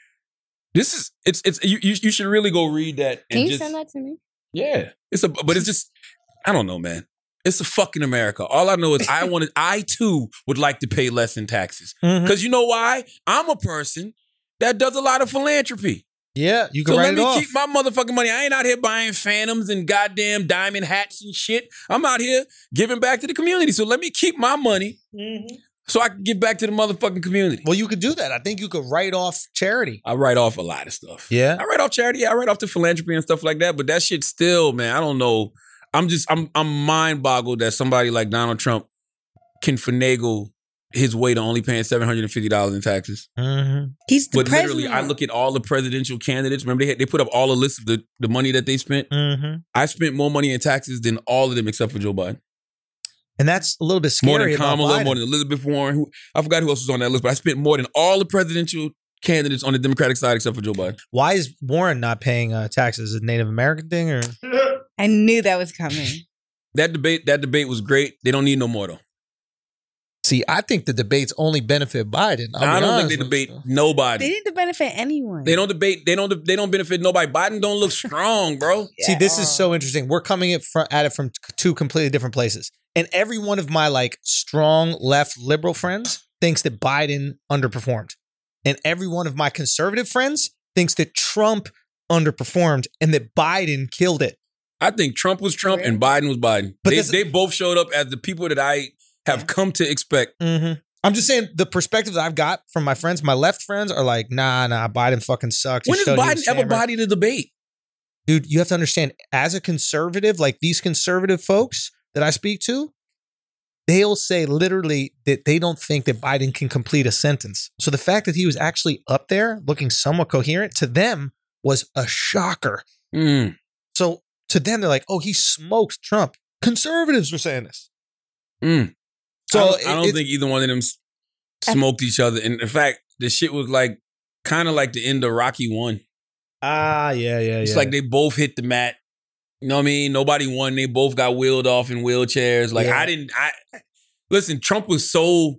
This is it's it's you you, you should really go read that. and
Can you
just-
send that to me?
yeah, it's a but it's just I don't know, man. It's a fucking America. All I know is I wanted I too would like to pay less in taxes
Mhm.
because you know why? I'm a person that does a lot of philanthropy.
Yeah, you can
So
write
let
it
me
off.
keep my motherfucking money. I ain't out here buying phantoms and goddamn diamond hats and shit. I'm out here giving back to the community. So let me keep my money so I can give back to the motherfucking community.
well, you could do that. I think you could write off charity.
I write off a lot of stuff.
Yeah.
I write off charity. I write off to philanthropy and stuff like that. But that shit still, man, I don't know. I'm just I'm I'm mind boggled that somebody like Donald Trump can finagle his way to only paying seven hundred and fifty dollars in taxes.
Mm-hmm.
He's the
But
president.
literally, I look at all the presidential candidates. Remember, they had, they put up all the lists of the, the money that they spent.
Mm-hmm.
I spent more money in taxes than all of them except for Joe Biden.
And that's a little bit scary.
More than
about
Kamala,
Biden.
more than Elizabeth Warren. Who, I forgot who else was on that list, but I spent more than all the presidential candidates on the Democratic side except for Joe Biden.
Why is Warren not paying uh, taxes? Is it a Native American thing or?
I knew that was coming.
That debate, that debate was great. They don't need no more though.
See, I think the debates only benefit Biden. I'll
I don't
be
think
honest
they
with
debate
you.
they
nobody.
need to benefit anyone.
They don't debate. They don't. They don't benefit nobody. Biden don't look strong, bro.
See,
at
this is
all.
so interesting. We're coming at, fr- at it from t- two completely different places, and every one of my like strong left liberal friends thinks that Biden underperformed, and every one of my conservative friends thinks that Trump underperformed and that Biden killed it.
I think Trump was Trump and Biden was Biden.
But
they,
this-
they both showed up as the people that I have come to expect.
Mm-hmm. I'm just saying the perspective that I've got from my friends, my left friends, are like, nah, nah, Biden fucking sucks. He
When has
showed he
Biden
was
ever
hammered.
body the debate?
dude, you have to understand as a conservative, like these conservative folks that I speak to, they'll say literally that they don't think that Biden can complete a sentence. So the fact that he was actually up there looking somewhat coherent to them was a shocker.
Mm.
So to them, they're like, oh, he smokes Trump. Conservatives were saying this.
Mm.
So
I don't, I don't
it's-
think either one of them s- smoked each other. And in fact, the shit was like kind of like the end of Rocky One.
Ah, yeah, yeah,
It's
yeah.
like they both hit the mat. You know what I mean? Nobody won. They both got wheeled off in wheelchairs. Like
Yeah.
I didn't. I listen. Trump was so,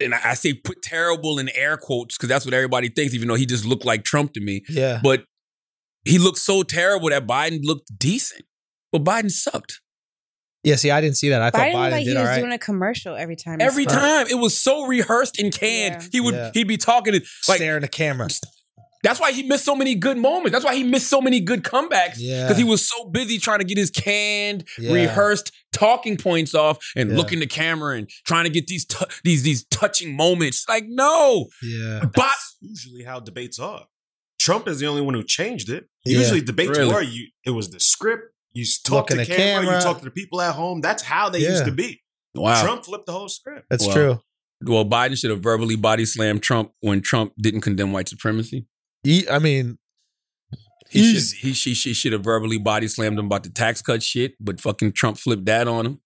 and I, I say put terrible in air quotes because that's what everybody thinks. Even though he just looked like Trump to me,
yeah.
but he looked so terrible that Biden looked decent. But Biden sucked
Yeah, see, I didn't see that. I
Biden,
thought
looked
Biden
like he
did
was
all right.
doing a commercial every time. he
every
spoke.
time. It was so rehearsed and canned.
Yeah.
He would
Yeah.
he'd be talking to like
Staring at the camera.
That's why he missed so many good moments. That's why he missed so many good comebacks.
Yeah.
Because he was so busy trying to get his canned,
Yeah.
rehearsed talking points off and
Yeah.
looking the camera and trying to get these tou- these these touching moments. Like, no.
Yeah.
But
That's usually how debates are. Trump is the only one who changed it.
Yeah.
Usually debates
Really?
were you it was the script, you s- talk
Looking
to
at
camera,
camera.
you talk to the people at home. That's how they
Yeah.
used to be.
wow.
Trump flipped the whole script.
That's
Wow.
true.
Well, Biden should have verbally body slammed Trump when Trump didn't condemn white supremacy.
He, I mean,
He
Easy.
should, he, she, she should have verbally body slammed him about the tax cut shit, but fucking Trump flipped that on him.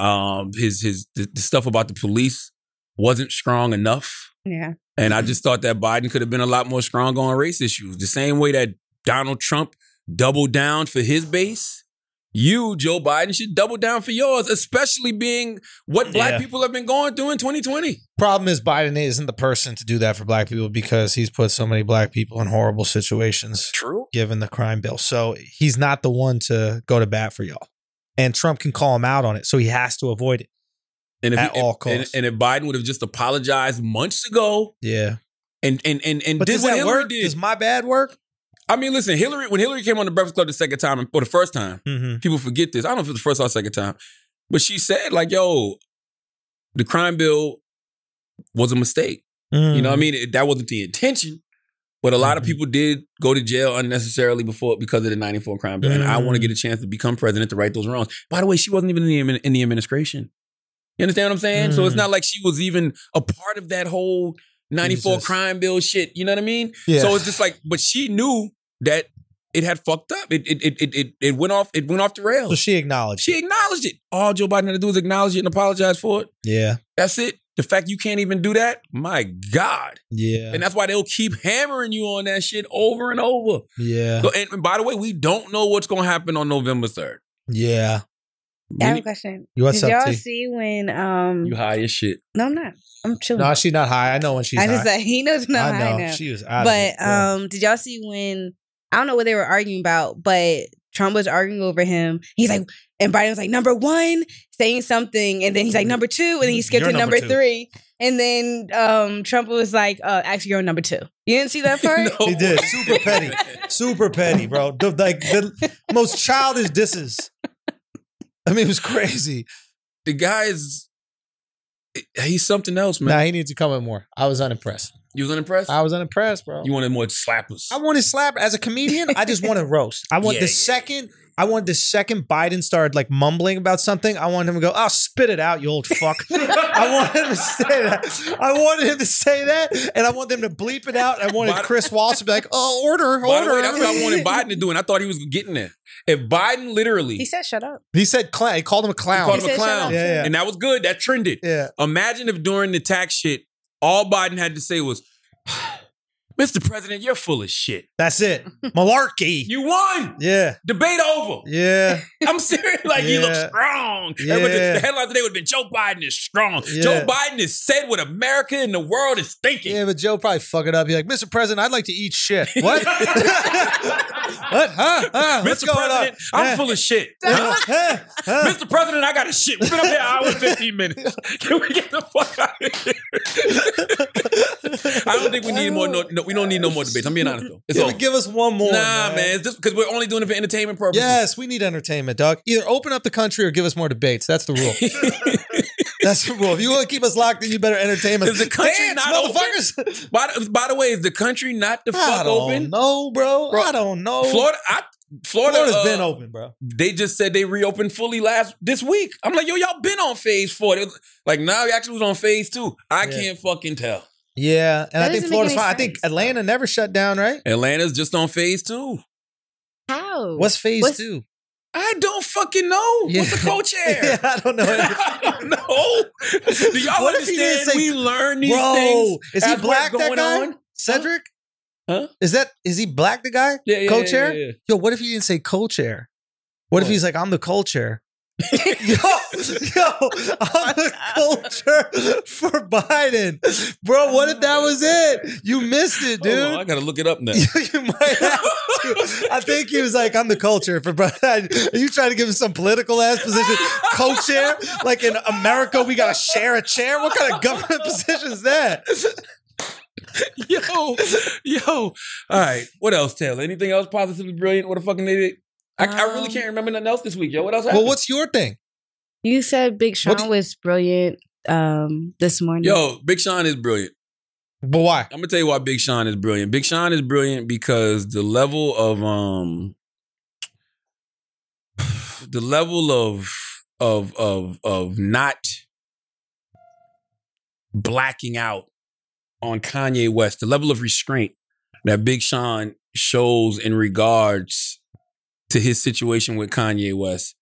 Um, his his the, the stuff about the police wasn't strong enough.
Yeah.
And
Mm-hmm.
I just thought that Biden could have been a lot more strong on race issues. The same way that Donald Trump doubled down for his base, you, Joe Biden, should double down for yours, especially being what black
Yeah.
people have been going through in 2020.
problem is Biden isn't the person to do that for black people because he's put so many black people in horrible situations
True.
given the crime bill. So he's not the one to go to bat for y'all. And Trump can call him out on it, so he has to avoid it.
And if
At
he-
all
if- and-
costs.
And, if Biden would have just apologized months ago
Yeah.
and and and, and
But
did
does
what
that
Hillary
work?
did.
Does my bad work?
I mean, listen, Hillary, when Hillary came on the Breakfast Club the second time, or the first time,
Mm-hmm.
people forget this. I don't know if it was the first or second time, but she said, like, yo, the crime bill was a mistake.
Mm-hmm.
You know what I mean? It- that wasn't the intention, but a lot of
Mhm.
people did go to jail unnecessarily before because of the 94 crime bill. And I want to
Mhm.
get a chance to become president to right those wrongs. By the way, she wasn't even in the, admin- in the administration. You understand what I'm saying? So it's
Mm.
not like she was even a part of that whole 94
Jesus.
crime bill shit. You know what I mean?
Yeah.
So it's just like, but she knew that it had fucked up. It it it it it, it went off. It went off the
So
rails.
she acknowledged.
She acknowledged it. All Joe Biden had to do was acknowledge it and apologize for it.
yeah.
That's it. The fact you can't even do that, my God.
Yeah.
And that's why they'll keep hammering you on that shit over and over.
yeah.
So, and, and by the way, we don't know what's going to happen on November 3rd.
Yeah.
I have
Many-
a question.
You What's
Did
up,
y'all
T?
see when? Um,
you high as shit.
no, I'm not. I'm chilling.
No, she's not high. I know when she's
I
high.
just like he knows not
I know.
high now.
She was out of
But
it, yeah.
um, did y'all see when? I don't know what they were arguing about, but Trump was arguing over him. He's like, and Biden was like number one, saying something, and then he's
Mm-hmm.
like number two, and then he skipped
You're
to
number
number,
two.
three, and then um, Trump was like, uh, actually, you're on number two. You didn't see that part?
No
He did.
way.
Super petty. Super petty, bro. The, like the most childish disses. I mean, it was crazy.
the guy is, he's something else, man.
Nah, he needs to come in more. I was unimpressed.
you was unimpressed?
I was unimpressed, bro.
you wanted more slappers.
I want to slap as a comedian. I just want to roast. I want
Yeah,
the
yeah.
second. I want the second Biden started like mumbling about something. I want him to go, "Oh, spit it out, you old fuck." I want him to say that. I wanted him to say that, and I want them to bleep it out. I wanted
By the-
Chris Walsh to be like, "Oh, order,
By the
order."
way, that's what I wanted Biden to do, and I thought he was getting there. If Biden literally,
He said, "Shut up."
he said, "Clown." He called him a clown.
He called
He
him a
said, "Shut
clown."
up."
Yeah, yeah.
and that was good, that trended.
yeah,
Imagine if during the tax shit, all Biden had to say was, "Mr. President, you're full of shit.
that's it. Malarkey.
You won.
Yeah,
Debate over.
yeah,
I'm serious. Like you look
Yeah.
strong. Everybody-
Yeah.
The headline today would have been Joe Biden is strong.
Yeah.
Joe Biden has said what America and the world is thinking.
yeah. But Joe probably fuck it up. He's like, "Mr. President, I'd like to eat shit." What? what? Huh? Huh? What's
Mr.
going on?
President, I'm
Yeah.
full of shit.
Huh? Huh? Huh?
Mr. President, I got a shit. We've been up here an hour and 15 minutes. Can we get the fuck out of here? I don't think we need more. No, no, we don't need no more debates. I'm being honest though. It's
Yeah,
over.
but give us one more.
nah, man. It's just because we're only doing it for entertainment purposes.
Yes, we need entertainment, dog. Either open up the country or give us more debates. That's the rule. That's the rule. If you want to keep us locked, then you better entertain us.
Is the country
Dance,
not open?
motherfuckers.
By, the- by the way, is the country not the
I
fuck
don't
open?
know, bro.
Bro,
I don't know.
Florida, I, Florida,
Florida's
uh,
been open, bro.
They just said they reopened fully last this week. I'm like, yo, y'all been on phase four. They was- Like, now nah, we actually was on phase two. I
Yeah.
can't fucking tell.
Yeah, and I
That
think
doesn't make
Florida's
any
fine. I think
sense.
Atlanta never shut down, right?
Atlanta's just on phase two.
How?
What's phase
What's-
two?
I don't fucking know. What's the
Yeah.
co-chair?
Yeah, I don't know.
I don't know. Do y'all
What if he didn't
understand?
say-
we learn these
Bro,
things.
is he
as we're
black? That
going
guy,
on.
Cedric.
Huh?
Is that is he black? The guy.
Yeah, yeah,
Co-chair?
yeah, yeah.
Yo, what if he didn't say co-chair? What, if
What?
he's like, I'm the culture? yo, yo, I'm the culture for Biden. Bro, what if that was it? You missed it,
Hold on, I
dude.
gotta look it up now.
You, you might have to. I think he was like, I'm the culture for Biden. Are you trying to give him some political ass position? Co-chair? Like in America, we gotta share a chair? What kind of government position is that?
yo, yo. All right. What else, Taylor? Anything else positively brilliant? What a fucking idiot. I, I really
Um,
can't remember nothing else this week, yo. What else
Well,
happened?
what's your thing?
You said Big Sean
do you-
was brilliant um, this morning.
Yo, Big Sean is brilliant.
But why?
I'm gonna tell you why Big Sean is brilliant. Big Sean is brilliant because the level of um the level of of of of not blacking out on Kanye West, the level of restraint that Big Sean shows in regards to his situation with Kanye West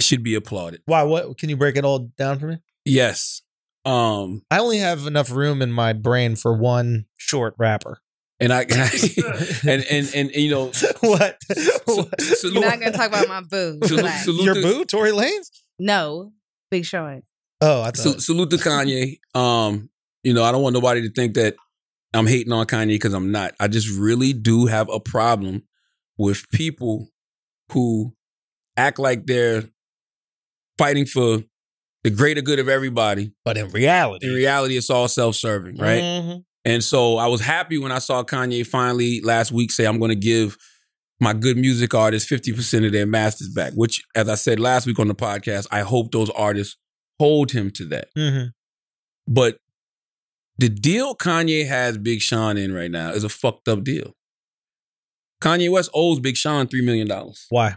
should be applauded.
Why? What can you break it all down for me?
Yes. Um
I only have enough room in my brain for one short rapper.
and I and, and and and you know
what?
Sa-
What?
We're
salute,
not gonna talk about my boo.
salute,
Relax.
salute
Your
to-
boo, Tory Lanez?
No, Big Sean.
Oh, I thought.
sal- salute to Kanye. Um, you know, I don't want nobody to think that I'm hating on Kanye because I'm not. I just really do have a problem with people who act like they're fighting for the greater good of everybody.
but in reality,
In reality, it's all self-serving, right?
Mm-hmm.
And so I was happy when I saw Kanye finally last week say, I'm going to give my good music artists 50% of their masters back, which, as I said last week on the podcast, I hope those artists hold him to that.
Mhm.
But the deal Kanye has Big Sean in right now is a fucked up deal. Kanye West owes Big Sean $3 million.
Why?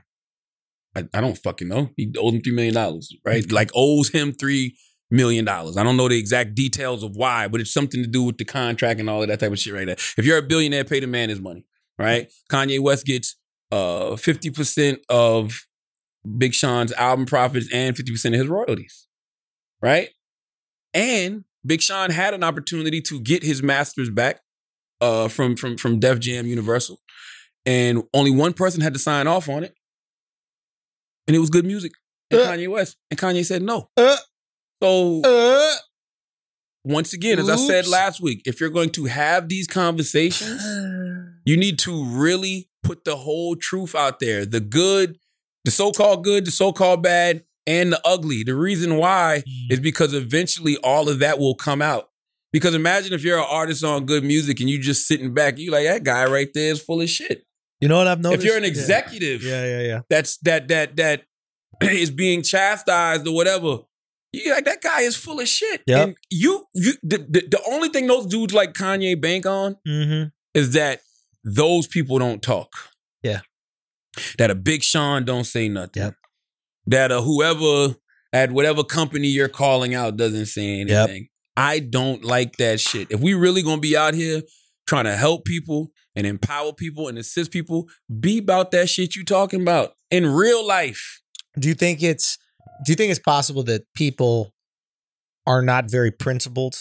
I, I don't fucking know. He owes him $3 million, right? Like, owes him $3 million. I don't know the exact details of why, but it's something to do with the contract and all of that type of shit right there. If you're a billionaire, pay the man his money, right? Kanye West gets uh, 50% of Big Sean's album profits and 50% of his royalties, right? And Big Sean had an opportunity to get his masters back uh, from from from Def Jam Universal, and only one person had to sign off on it, and it was good music. And
Uh.
Kanye West and Kanye said no.
Uh.
so
Uh,
once again, as I said
Oops.
last week, if you're going to have these conversations, you need to really put the whole truth out there the good, the so called good, the so called bad, and the ugly. The reason why
Mm.
is because eventually all of that will come out. Because imagine if you're an artist on good music and you just sitting back, you like that guy right there is full of shit.
you know what I've noticed?
if you're an
Yeah.
executive,
Yeah, yeah, yeah.
that's that that that is being chastised or whatever. You like that guy is full of shit.
Yep.
And you you the, the, the only thing those dudes like Kanye bank on
Mm-hmm.
is that those people don't talk.
Yeah.
That a Big Sean don't say nothing.
Yep.
That a whoever at whatever company you're calling out doesn't say
Yep.
anything. I don't like that shit. If we really gonna be out here trying to help people and empower people and assist people, be about that shit you talking about in real life.
Do you think it's do you think it's possible that people are not very principled?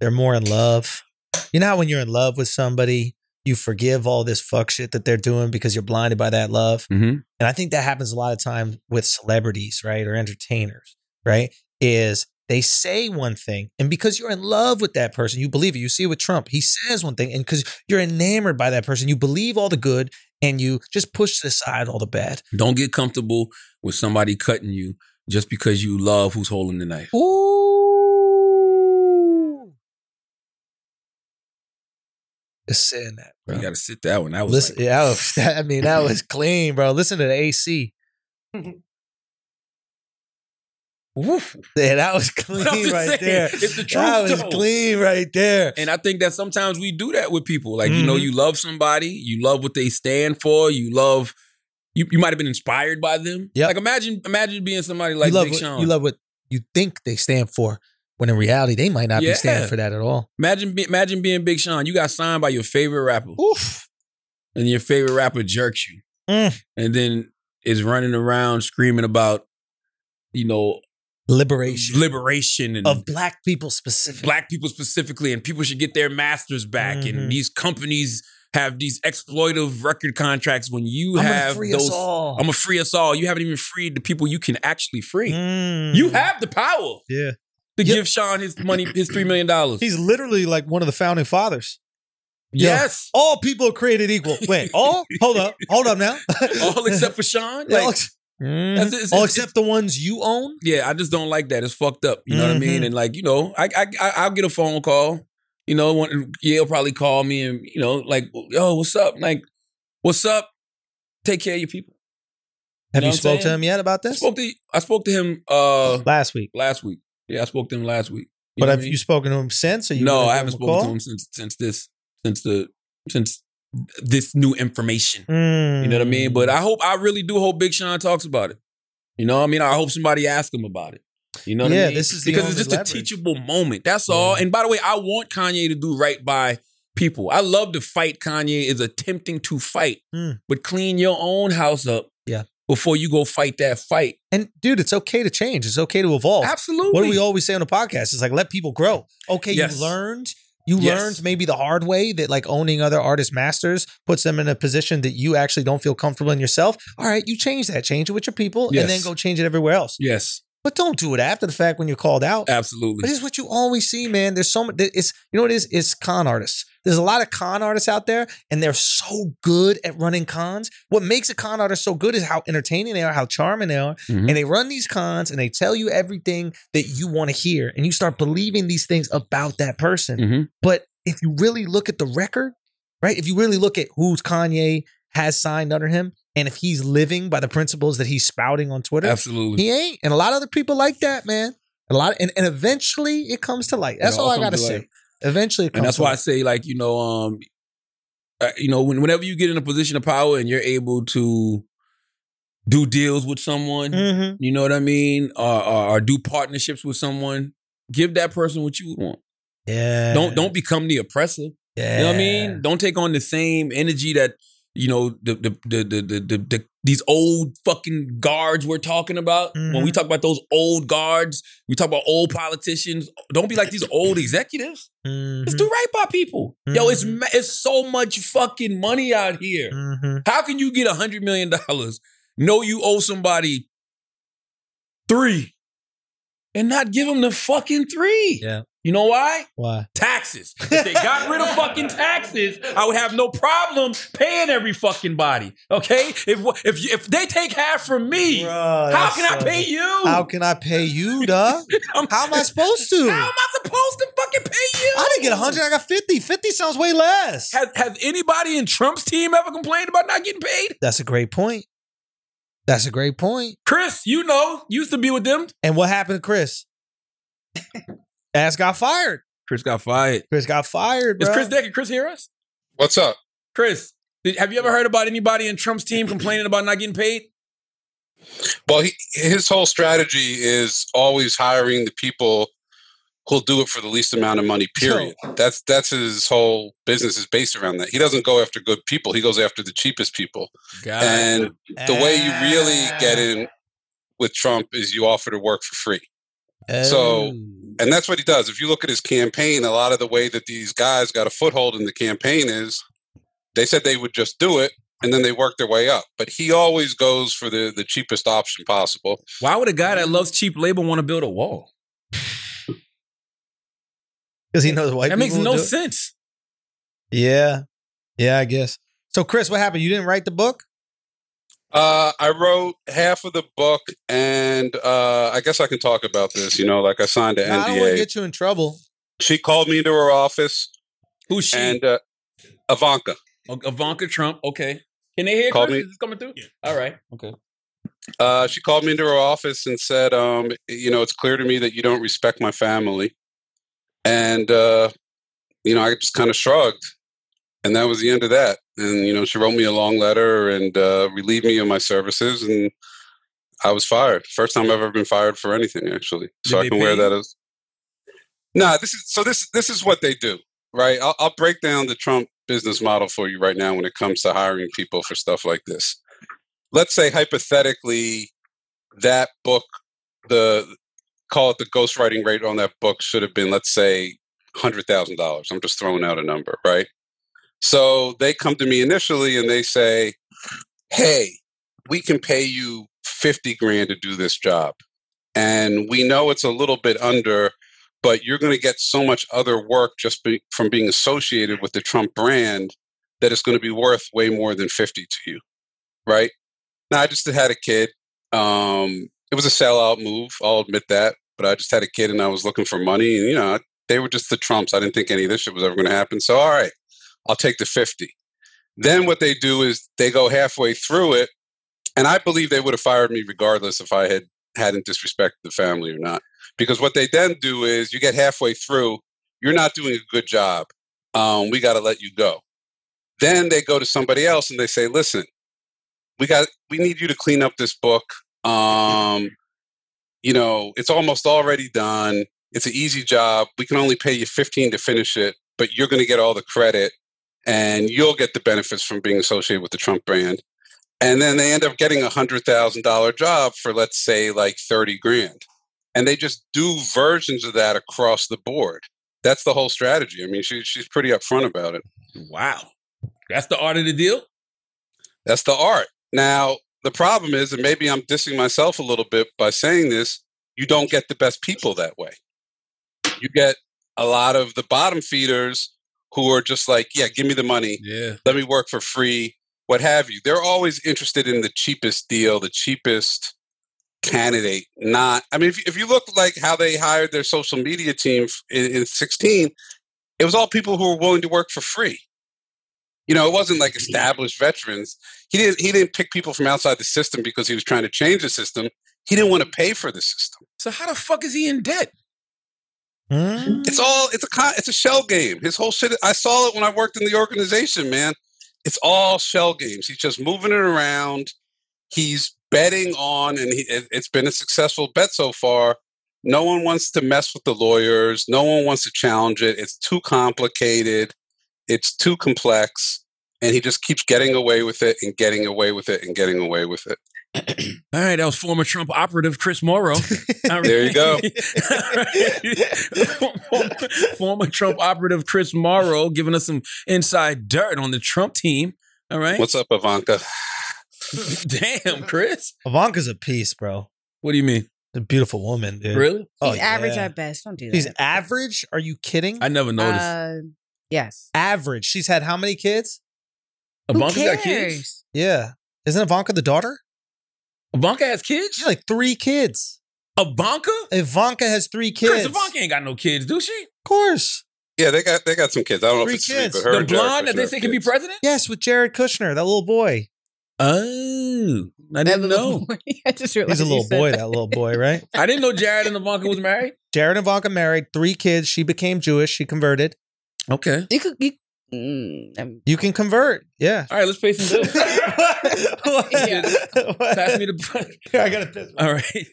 They're more in love. You know how when you're in love with somebody, you forgive all this fuck shit that they're doing because you're blinded by that love.
Mm-hmm.
and I think that happens a lot of times with celebrities, right, or entertainers, right, is they say one thing, and because you're in love with that person, you believe it. You see it with Trump; he says one thing, and because you're enamored by that person, you believe all the good, and you just push aside all the bad.
Don't get comfortable with somebody cutting you just because you love who's holding the knife.
Ooh, just saying that, bro.
You gotta sit that one. That was
Listen,
like-
yeah, that was- I mean, that was clean, bro. Listen to the AC. Woof. Yeah, that was clean
I'm just
right
saying,
there.
it's the
that
truth,
was
though.
clean right there.
And I think that sometimes we do that with people. Like, you know,
Mhm.
you love somebody, you love what they stand for, you love you, you might have been inspired by them.
Yep.
Like imagine imagine being somebody like
you love
Big
what,
Sean.
you love what you think they stand for, when in reality they might not
Yeah.
be standing for that at all.
imagine be, imagine being Big Sean. You got signed by your favorite rapper.
Oof.
And your favorite rapper jerks you.
Mm.
And then is running around screaming about, you know,
Liberation
liberation and
of black people specifically.
black people specifically, and people should get their masters back.
Mhm.
And these companies have these exploitive record contracts when you
I'm gonna
have
free
those
us all.
I'm gonna free us all. You haven't even freed the people you can actually free.
Mm.
You have the power
Yeah.
to
Yep.
give Sean his money, his three million dollars.
He's literally like one of the founding fathers.
Yes,
all people are created equal. Wait, all? Hold up. Hold up now.
all except for Sean.
Yeah, all
Like,
ex-
that's- it's-
all
it's-
except the ones you own.
yeah, I just don't like that. It's fucked up. You know what I mean?
Mhm.
And like, you know, I I I- I'll get a phone call. You know, one, Yale probably call me and you know, like, yo, what's up? Like, what's up? Take care of your people.
Have
know
you
what I'm
spoke to
saying?
him yet about
I
this?
spoke to I spoke to him uh
Last week,
last week. Yeah, I spoke to him last week. You
but
know
have
what I mean?
you spoken to him since? Or you
no,
gonna
I
give
haven't
him a
spoken to
call?
him since since this since the since this new information.
Mm.
You know what I mean? But I hope I really do hope Big Sean talks about it. You know what I mean? I hope somebody asks him about it. You know what
Yeah,
I mean?
this is the
because
only
it's just
leverage.
a teachable moment. That's all.
Yeah.
And by the way, I want Kanye to do right by people. I love the fight Kanye is attempting to fight,
Mm.
but clean your own house up
Yeah.
before you go fight that fight.
and dude, it's okay to change. It's okay to evolve.
Absolutely.
Oh, What do we always say on the podcast? It's like let people grow. Okay,
Yes.
you learned. You
Yes.
learned maybe the hard way that like owning other artists' masters puts them in a position that you actually don't feel comfortable in yourself. All right, you change that, change it with your people,
Yes.
and then go change it everywhere else.
yes,
But don't do it after the fact when you're called out. But
absolutely.
this is what you always see, man. There's so much. It's you know what it is? It's con artists. There's a lot of con artists out there, and they're so good at running cons. What makes a con artist so good is how entertaining they are, how charming they are,
Mhm.
and they run these cons and they tell you everything that you want to hear, and you start believing these things about that person.
Mhm.
But if you really look at the record, right? If you really look at who's Kanye has signed under him, and if he's living by the principles that he's spouting on Twitter,
Absolutely.
he ain't. And a lot of other people like that, man. A lot and, and eventually it comes to light. That's
It all
all I
comes
gotta
to
say.
light.
Eventually it comes
and that's
to
why I
light.
say like you know um uh, you know when, whenever you get in a position of power and you're able to do deals with someone
Mhm.
you know what I mean or, or, or do partnerships with someone give that person what you would want
Yeah.
don't don't become the oppressor you know what I mean don't take on the same energy that you know the the the the the, the, the these old fucking guards we're talking about. When we talk about those old guards, we talk about old politicians. Don't be like these old executives.
Mm-hmm.
Let's do right by people. Yo, it's ma- it's so much fucking money out here.
Mhm.
How can you get a hundred million dollars? Know you owe somebody three, and not give them the fucking three.
Yeah.
You know why?
Why?
Taxes. If they got rid of fucking taxes, I would have no problem paying every fucking body. Okay. If if if they take half from me, how can I pay you?
How can I pay you, duh?
I'm-
How am I supposed to?
How am I supposed to fucking pay you?
I didn't get 100. I got 50. 50 sounds way less.
Has, has anybody in Trump's team ever complained about not getting paid?
That's a great point. That's a great point.
Chris, you know, used to be with them.
And what happened to Chris? Ass got fired.
Chris got fired.
Chris got fired,
Is
bro.
Chris there? Can Chris hear us?
What's up?
Chris, did, have you ever heard about anybody in Trump's team complaining about not getting paid?
Well, he, his whole strategy is always hiring the people who'll do it for the least amount of money. Period. That's that's his whole business is based around that. He doesn't go after good people. He goes after the cheapest people.
God.
and the way you really get in with Trump is you offer to work for free.
Oh.
so- And that's what he does. If you look at his campaign, a lot of the way that these guys got a foothold in the campaign is they said they would just do it and then they work their way up. But he always goes for the, the cheapest option possible.
Why would a guy that loves cheap labor want to build a wall?
Because he knows white
that makes
people will
no
do it.
sense.
Yeah. Yeah, I guess. So, Chris, what happened? You didn't write the book?
Uh, I wrote half of the book and uh, I guess I can talk about this. You know, like I signed an
No, I don't want
NDA.
to get you in trouble.
she called me into her office
Who's she?
and uh, Ivanka.
O- Ivanka Trump. Okay. Can they hear
Call
Chris?
me-
Is this coming through? All right. Okay.
Uh, she called me into her office and said, um, "You know, it's clear to me that you don't respect my family," and uh, you know, I just kind of shrugged, and that was the end of that. And you know, she wrote me a long letter and uh, relieved me of my services, and I was fired. First time I've ever been fired for anything, actually. So
Did
I
they
can wear
pay you?
that as. Nah, this is so. This this is what they do, right? I'll, I'll break down the Trump business model for you right now when it comes to hiring people for stuff like this let's say hypothetically that book the call it the ghostwriting rate on that book should have been let's say $100000 i'm just throwing out a number right so they come to me initially and they say hey we can pay you 50 grand to do this job and we know it's a little bit under but you're going to get so much other work just be, from being associated with the trump brand that it's going to be worth way more than 50 to you right no, I just had a kid. Um, it was a sellout move. I'll admit that. But I just had a kid and I was looking for money. And, you know, they were just the Trumps. I didn't think any of this shit was ever going to happen. So, all right, I'll take the 50. Then what they do is they go halfway through it. And I believe they would have fired me regardless if I had hadn't disrespected the family or not. Because what they then do is you get halfway through, you're not doing a good job. Um, we got to let you go. Then they go to somebody else and they say, listen, we got we need you to clean up this book um you know it's almost already done it's an easy job we can only pay you 15 to finish it but you're going to get all the credit and you'll get the benefits from being associated with the trump brand and then they end up getting a hundred thousand dollar job for let's say like 30 grand and they just do versions of that across the board that's the whole strategy i mean she, she's pretty upfront about it
Wow. That's the art of the deal?
That's the art. Now, the problem is, and maybe I'm dissing myself a little bit by saying this, you don't get the best people that way. You get a lot of the bottom feeders who are just like, yeah, give me the money,
Yeah.
let me work for free, what have you. They're always interested in the cheapest deal, the cheapest candidate. Not, I mean, if, if you look like how they hired their social media team f- in, in 16, it was all people who were willing to work for free. You know, it wasn't like established veterans. He didn't he didn't pick people from outside the system because he was trying to change the system. He didn't want to pay for the system.
So how the fuck is he in debt?
Hmm?
It's all it's a con- it's a shell game. His whole shit. I saw it when I worked in the organization, man. It's all shell games. He's just moving it around. He's betting on, and he, it- it's been a successful bet so far. No one wants to mess with the lawyers. No one wants to challenge it. It's too complicated. It's too complex. and he just keeps getting away with it and getting away with it and getting away with it.
All right, that was former Trump operative Chris Morrow. All right.
There you go.
All right. former Trump operative Chris Morrow giving us some inside dirt on the Trump team. All right.
What's up, Ivanka?
Damn, Chris.
Ivanka's a piece, bro.
What do you mean?
She's a beautiful woman, dude.
Really?
Oh,
He's average
yeah.
at best. Don't do that.
She's average? Are you kidding?
I never noticed.
Uh, yes.
average. She's had how many kids?
Ivanka
Who cares?
got kids.
Yeah. Isn't Ivanka the daughter?
Ivanka has kids.
She's like three kids.
Ivanka.
Ivanka has three kids.
Chris Ivanka ain't got no kids, do she?
Of course.
Yeah, they got they got some kids. I don't know
Three
if it's
kids.
three, but her
the
and Jared
blonde that they
Kushner
say
have
can be
kids.
president.
Yes, with Jared Kushner, that little boy.
Oh, I
That
didn't
little
know.
boy. I just
He's
realized
a
you
little
said
boy,
that.
that little boy, right?
I didn't know Jared and Ivanka was married.
Jared and Ivanka married, three kids. She became Jewish. She converted.
Okay.
You could. You, mm, um,
You can convert. Yeah.
All right, let's pay some bills. Yeah. Pass me the.
I got to piss.
All right.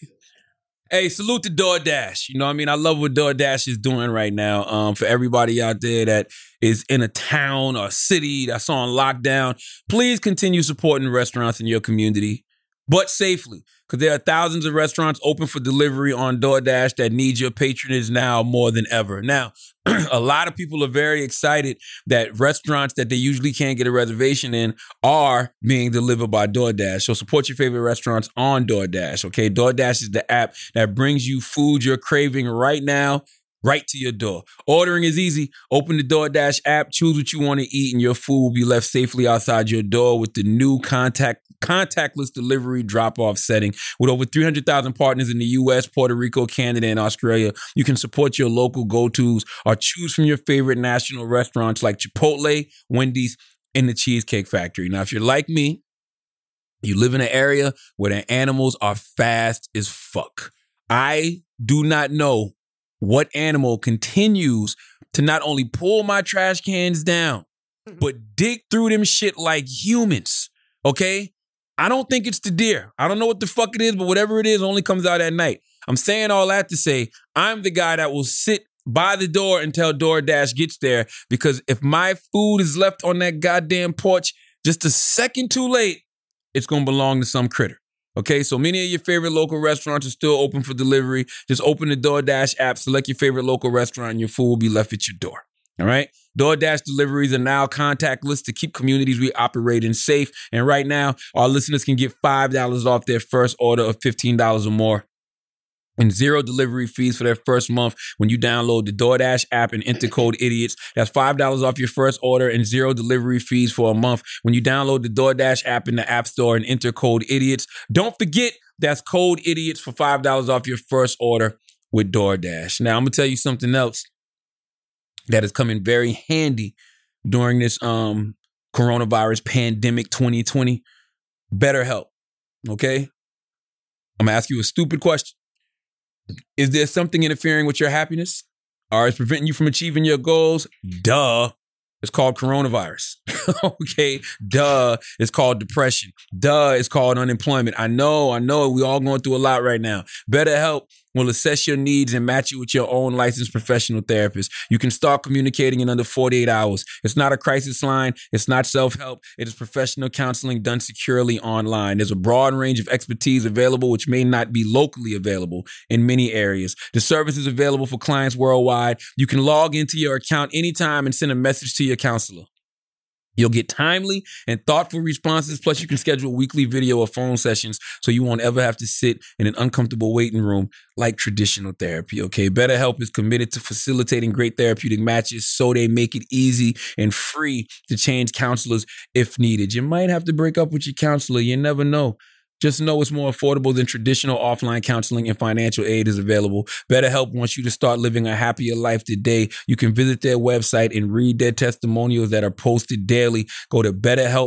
Hey, salute to DoorDash. You know what I mean? I love what DoorDash is doing right now. Um, for everybody out there that is in a town or city that's on lockdown, please continue supporting restaurants in your community, but safely. Because there are thousands of restaurants open for delivery on DoorDash that need your patronage now more than ever. Now, a lot of people are very excited that restaurants that they usually can't get a reservation in are being delivered by DoorDash. So support your favorite restaurants on DoorDash. Okay, DoorDash is the app that brings you food you're craving right now. Right to your door. Ordering is easy. Open the DoorDash app, choose what you want to eat, and your food will be left safely outside your door with the new contact contactless delivery drop-off setting. With over 300,000 partners in the US, Puerto Rico, Canada, and Australia, you can support your local go-tos or choose from your favorite national restaurants like Chipotle, Wendy's, in the Cheesecake Factory. Now, if you're like me, you live in an area where the animals are fast as fuck. I do not know what animal continues to not only pull my trash cans down, but dig through them shit like humans. Okay? I don't think it's the deer. I don't know what the fuck it is, but whatever it is only comes out at night. I'm saying all that to say I'm the guy that will sit by the door until DoorDash gets there because if my food is left on that goddamn porch just a second too late, it's gonna belong to some critter. Okay, so many of your favorite local restaurants are still open for delivery. Just open the DoorDash app, select your favorite local restaurant, and your food will be left at your door. All right. DoorDash deliveries are now contactless to keep communities we operate in safe. And right now, our listeners can get $5 off their first order of $15 or more and zero delivery fees for their first month when you download the DoorDash app and enter code idiots. That's $5 off your first order and zero delivery fees for a month when you download the DoorDash app in the App Store and enter code idiots. Don't forget that's code idiots for $5 off your first order with DoorDash. Now, I'm going to tell you something else that is coming very handy during this um coronavirus pandemic 2020. BetterHelp. Okay? I'm going to ask you a stupid question. Is there something interfering with your happiness? Or is preventing you from achieving your goals? Duh. It's called coronavirus. okay. Duh. It's called depression. Duh. It's called unemployment. I know, I know. We all going through a lot right now. BetterHelp will assess your needs and match you with your own licensed professional therapist. You can start communicating in under 48 hours. It's not a crisis line. It's not self-help. It is professional counseling done securely online. There's a broad range of expertise available, which may not be locally available in many areas. The service is available for clients worldwide. You can log into your account anytime and send a message to your counselor. You'll get timely and thoughtful responses, plus, you can schedule weekly video or phone sessions so you won't ever have to sit in an uncomfortable waiting room like traditional therapy. Okay, BetterHelp is committed to facilitating great therapeutic matches so they make it easy and free to change counselors if needed. You might have to break up with your counselor, you never know. Just know it's more affordable than traditional offline counseling and financial aid is available. BetterHelp wants you to start living a happier life today. You can visit their website and read their testimonials that are posted daily. Go to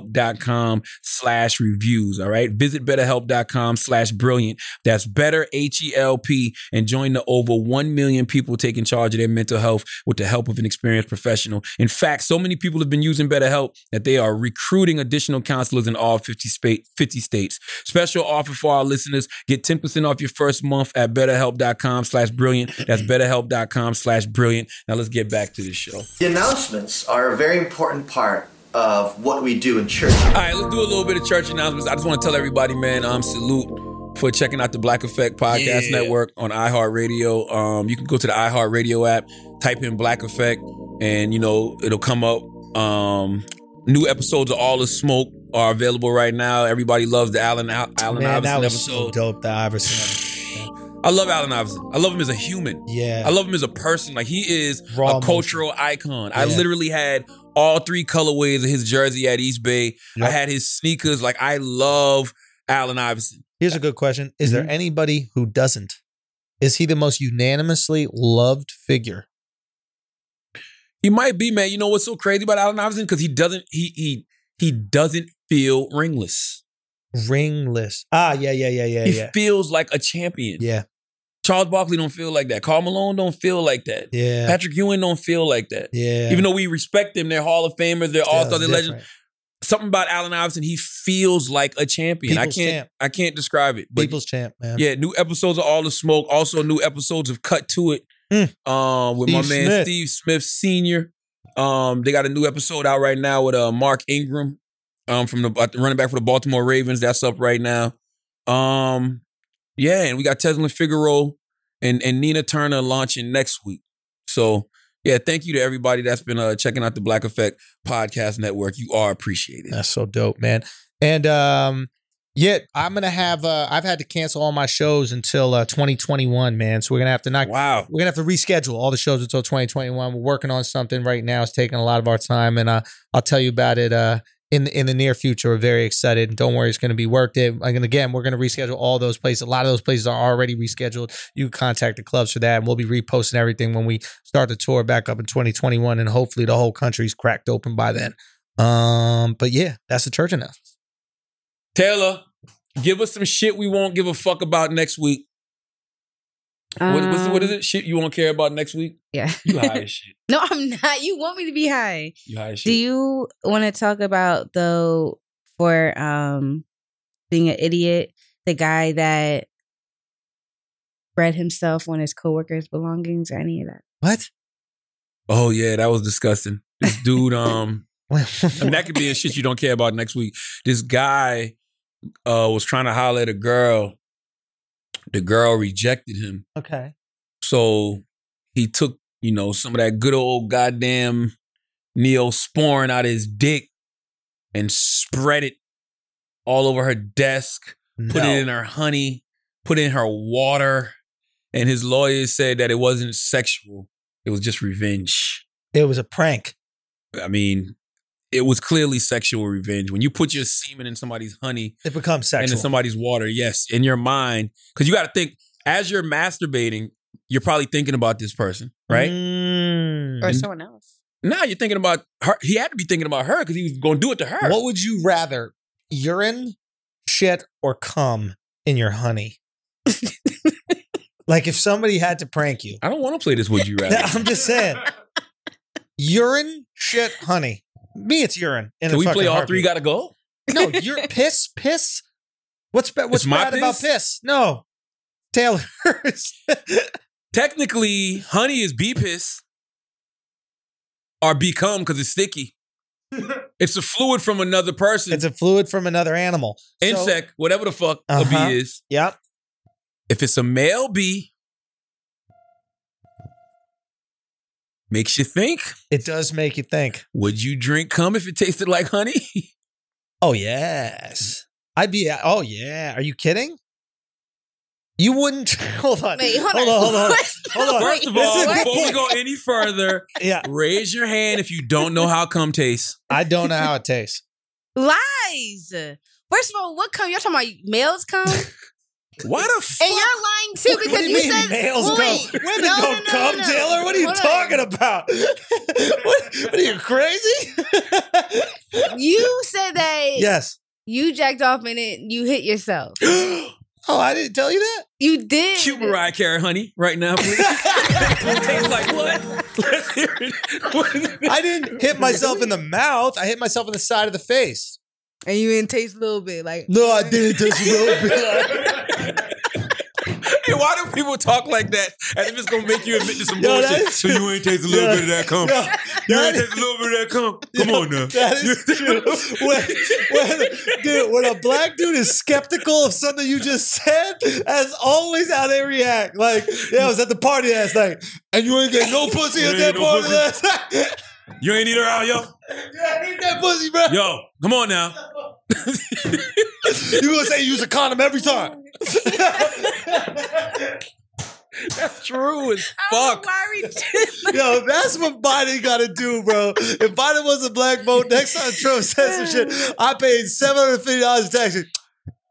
betterhelp.com slash reviews. All right. Visit betterhelp.com slash brilliant. That's better H E L P and join the over 1 million people taking charge of their mental health with the help of an experienced professional. In fact, so many people have been using BetterHelp that they are recruiting additional counselors in all 50, spa- 50 states. Special offer for our listeners. Get 10% off your first month at betterhelp.com slash brilliant. That's betterhelp.com slash brilliant. Now let's get back to the show.
The announcements are a very important part of what we do in church.
All right, let's do a little bit of church announcements. I just want to tell everybody, man, um, salute for checking out the Black Effect Podcast
Yeah.
Network on iHeartRadio. Um, you can go to the iHeartRadio app, type in Black Effect, and you know it'll come up. Um, new episodes of All the Smoke are available right now. Everybody loves the Allen Al- Allen
Man, that
Iverson
was so
episode.
dope. The Iverson. episode.
I love Allen Iverson. I love him as a human.
Yeah.
I love him as a person. Like he is
Raw
a
emotion.
cultural icon. I
Yeah.
literally had all three colorways of his jersey at East Bay. I
Yep.
had his sneakers. Like I love Allen Iverson.
Here's a good question: Is
Mm-hmm.
there anybody who doesn't? Is he the most unanimously loved figure?
He might be man. You know what's so crazy about Allen Iverson? Because he doesn't. He he he doesn't feel ringless.
Ringless. Ah, yeah, yeah, yeah, yeah,
he
yeah,
feels like a champion.
yeah,
Charles Barkley don't feel like that. Carl Malone don't feel like that.
yeah,
Patrick Ewing don't feel like that.
yeah.
Even though we respect them, they're Hall of Famers, they're all
Yeah,
star, they're legends.
different.
something about Allen Iverson. He feels like a champion. I
People's
can't.
champ.
I can't describe it. But
People's champ, man.
yeah, new episodes of All the Smoke. Also, new episodes of Cut to It.
Mm.
Um, with my
Steve
man
Smith.
Steve Smith Senior. Um, they got a new episode out right now with uh Mark Ingram, um, from the uh, running back for the Baltimore Ravens. That's up right now. Um, yeah, and we got Tesla Figaro and and Nina Turner launching next week. So. Yeah, thank you to everybody that's been uh, checking out the Black Effect Podcast Network. You are appreciated.
That's so dope, man. And um yeah, I'm gonna have uh I've had to cancel all my shows until uh 2021, man. So we're gonna have to knock
Wow.
we're gonna have to reschedule all the shows until 2021. We're working on something right now. It's taking a lot of our time, and uh, I'll tell you about it uh, in the, in the near future. We're very excited. Don't worry, it's gonna be worked. It and again, we're gonna reschedule all those places. A lot of those places are already rescheduled. You contact the clubs for that, and we'll be reposting everything when we start the tour back up in 2021, and hopefully the whole country's cracked open by then. Um, but yeah, that's the church announcement.
Taylor, give us some shit we won't give a fuck about next week. what, what's, what is it? Shit you won't care about next week?
um, Yeah.
You high as shit.
no, I'm not. You want me to be high.
You high as
Do
shit.
you want to talk about though for um being an idiot, the guy that bred himself on his coworkers' belongings or any of that?
What?
Oh yeah, that was disgusting. This dude, um, I mean that could be a shit you don't care about next week. This guy uh was trying to holler at a girl. The girl rejected him.
okay.
So he took, you know, some of that good old goddamn neosporin out of his dick and spread it all over her desk, put it in her honey, put it in her water. And his lawyer said that it wasn't sexual, it was just revenge.
It was a prank.
I mean, it was clearly sexual revenge. When you put your semen in somebody's honey,
It becomes
and in
sexual.
somebody's water. Yes, in your mind, because you got to think as you're masturbating, you're probably thinking about this person, right?
Mm.
Or
And-
someone else?
Mm-hmm.
Now you're thinking about her. He had to be thinking about her because he was going to do it to her.
What would you rather, urine, shit, or cum in your honey? like if somebody had to prank you.
I don't want to play this. Would you rather?
No, I'm just saying, urine, shit, honey. Me, it's urine. in
Can
a
we
fucking
play all three?
heartbeat.
Got to go.
No, you're piss, piss. What's bad? What's
It's my
bad about
piss?
piss? No, Taylor's.
Technically, honey is bee piss or become because it's sticky. it's a fluid from another person,
it's a fluid from another animal. So-
insect, whatever the fuck a
Uh-huh.
bee is.
yep.
If it's a male bee, makes you think.
It does make you think.
Would you drink cum if it tasted like honey?
Oh yes, I'd be. Oh yeah, are you kidding? You wouldn't. Hold on.
Wait, hold,
hold
on.
on. Hold on. Hold on.
First of
This is
all,
a good
before we
point.
go any further,
Yeah,
raise your hand if you don't know how cum tastes.
I don't know how it tastes.
Lies. First of all, what come? You're talking about males come, and
Why the
you're
fuck?
lying too
What do
because you,
mean
said
males
well,
go.
wait.
Women
No,
don't
no,
come,
no, no.
Taylor. What are you
Hold on.
talking about? what, what are you crazy?
You said that
yes.
you jacked off and it you hit yourself.
oh, I didn't tell you that.
You did.
Cute Mariah Carey honey right now, please. it tastes like what? Let's hear it. What is it?
I didn't hit myself in the mouth. I hit myself in the side of the face.
and you didn't taste a little bit like
No, I didn't touch a little bit.
it why do people talk like that? As if it's gonna make you admit to some
Yo, that
bullshit.
is
So you ain't taste a little
Yo,
bit of that cum.
yo,
you ain't
that
taste a little bit of that cum. Come on now.
That is true. When, when, dude, when a black dude is skeptical of something you just said, that's always how they react. Like, yeah, I was at the party last night, and you ain't get no pussy
You
at
ain't
that
get no
party
pussy.
last night.
You ain't either out, yo.
yeah, ain't that pussy, bro.
Yo, come on now.
You gonna say you use a condom every time?
True as
Fuck.
fuck.
Yo, that's what Biden got to do, bro. If Biden was a black vote, next time Trump says some shit, I paid seven hundred fifty dollars in taxes.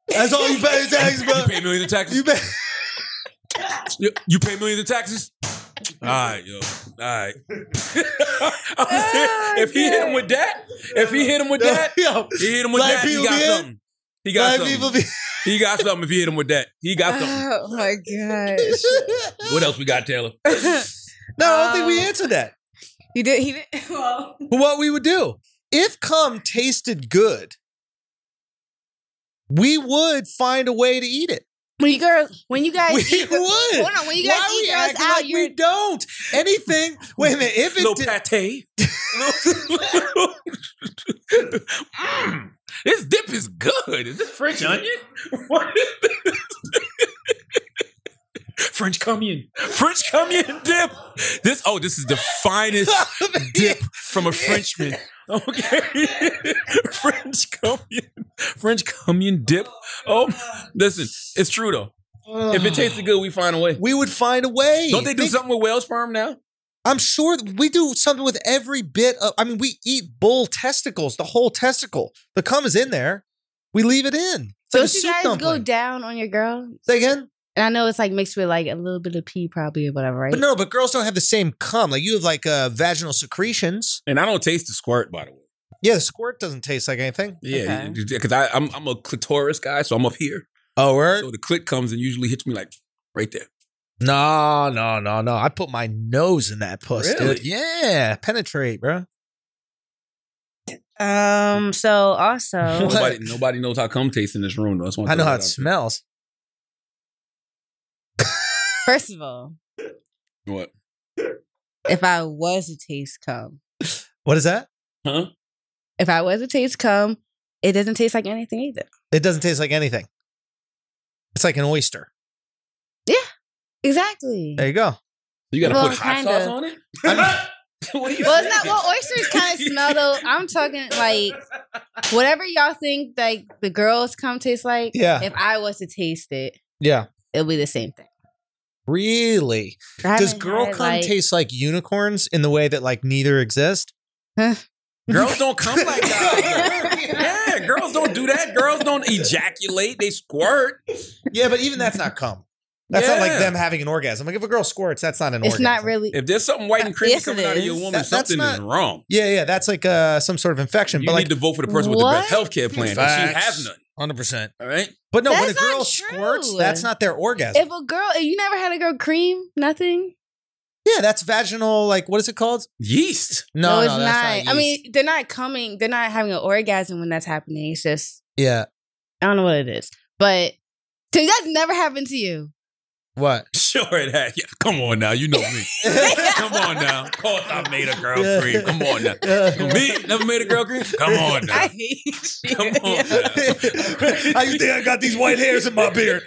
That's all you pay in taxes, bro.
You pay millions in taxes.
You pay.
You, you pay millions in taxes. All right, yo. All right. I'm
Ah,
saying, if he hit him with that, if he hit him with that,
Yo,
he hit him with
Black
that. He
people
got
be in?
something. He got
black
something.
people be. Ah.
He got something. If he hit him with that, he got something.
Oh my gosh.
What else we got, Taylor?
No, I don't think we
Um,
answered that.
You did he did well
What we would do if cum tasted good, we would find a way to eat it.
when you girls when you guys
We
eat-
would.
Hold on, when you guys
Why
eat
we
girls
acting
out,
like
you're
we don't? Anything? Wait a minute. If it
Little
did-
pate. Little- Mm, this dip is good. Is this French onion? What is this? French commune. French commune dip. This oh, this is the finest dip from a Frenchman. Okay, French commune, French commune dip. Oh, listen, it's true though. If it tasted good, we find a way.
we would find a way.
Don't they do
Think-
something with whale sperm now?
I'm sure th- we do something with every bit of. I mean, we eat bull testicles, the whole testicle. The cum is in there. We leave it in. It's like a
don't you
soup
guys go
dumpling.
down on your girl?
Say again.
And I know it's like mixed with like a little bit of pee probably or whatever, right?
But no, but girls don't have the same cum. Like you have like uh, vaginal secretions.
And I don't taste the squirt, by the way.
Yeah, the squirt doesn't taste like anything.
Yeah,
Okay.
because I'm I'm a clitoris guy, so I'm up here.
Oh, word?
So the clit comes and usually hits me like right there.
No, no, no, no. I put my nose in that puss,
Really?
dude. Yeah, penetrate, bro.
Um so also
What?
Nobody, nobody knows how cum tastes in this room, though. That's one
I know
thing
how
about
it smells.
first of all,
What?
if I was a taste cum,
What is that?
Huh?
if I was a taste cum, it doesn't taste like anything either.
It doesn't taste like anything. It's like an oyster.
Exactly.
There you go.
You gotta
Well,
put hot
kinda.
sauce on it? what do you
Well,
think?
it's not. Well, oysters kind of smell though. I'm talking like whatever y'all think like the girls come taste like.
Yeah.
If I was to taste it,
Yeah.
it'll be the same thing.
Really?
I
Does
haven't
girl
had,
cum
like-
taste like unicorns in the way that like neither exist?
Girls don't come like that. yeah, girls don't do that. Girls don't ejaculate. They squirt.
Yeah, but even that's not cum. That's not
Yeah.
like them having an orgasm. Like if a girl squirts, that's not an
It's
orgasm.
not really.
If there's something white and creamy
Yes, it
coming out of
is.
your woman,
That- that's
something is
not-
wrong.
Yeah, yeah, that's like uh, some sort of infection.
You
but like
need to vote for the person with the best
What?
healthcare plan. And she
Facts.
has none.
Hundred percent.
All right.
But no, when a
That's not
girl
true.
squirts, that's not their orgasm.
If a girl, if you never had a girl cream, nothing.
yeah, that's vaginal. Like, what is it called?
Yeast.
No, no,
it's
that's
not.
yeast.
I mean, they're not coming. They're not having an orgasm when that's happening. It's just
yeah.
I don't know what it is, but cause that's never happened to you.
What?
Sure it has. Yeah, come on now. You know me. come on now. Of course I made a girl
Yeah.
cream. Come on now.
Uh,
Me? Never made a girl cream? Come on now.
I hate you.
Come on
How you think I got these white hairs in my beard?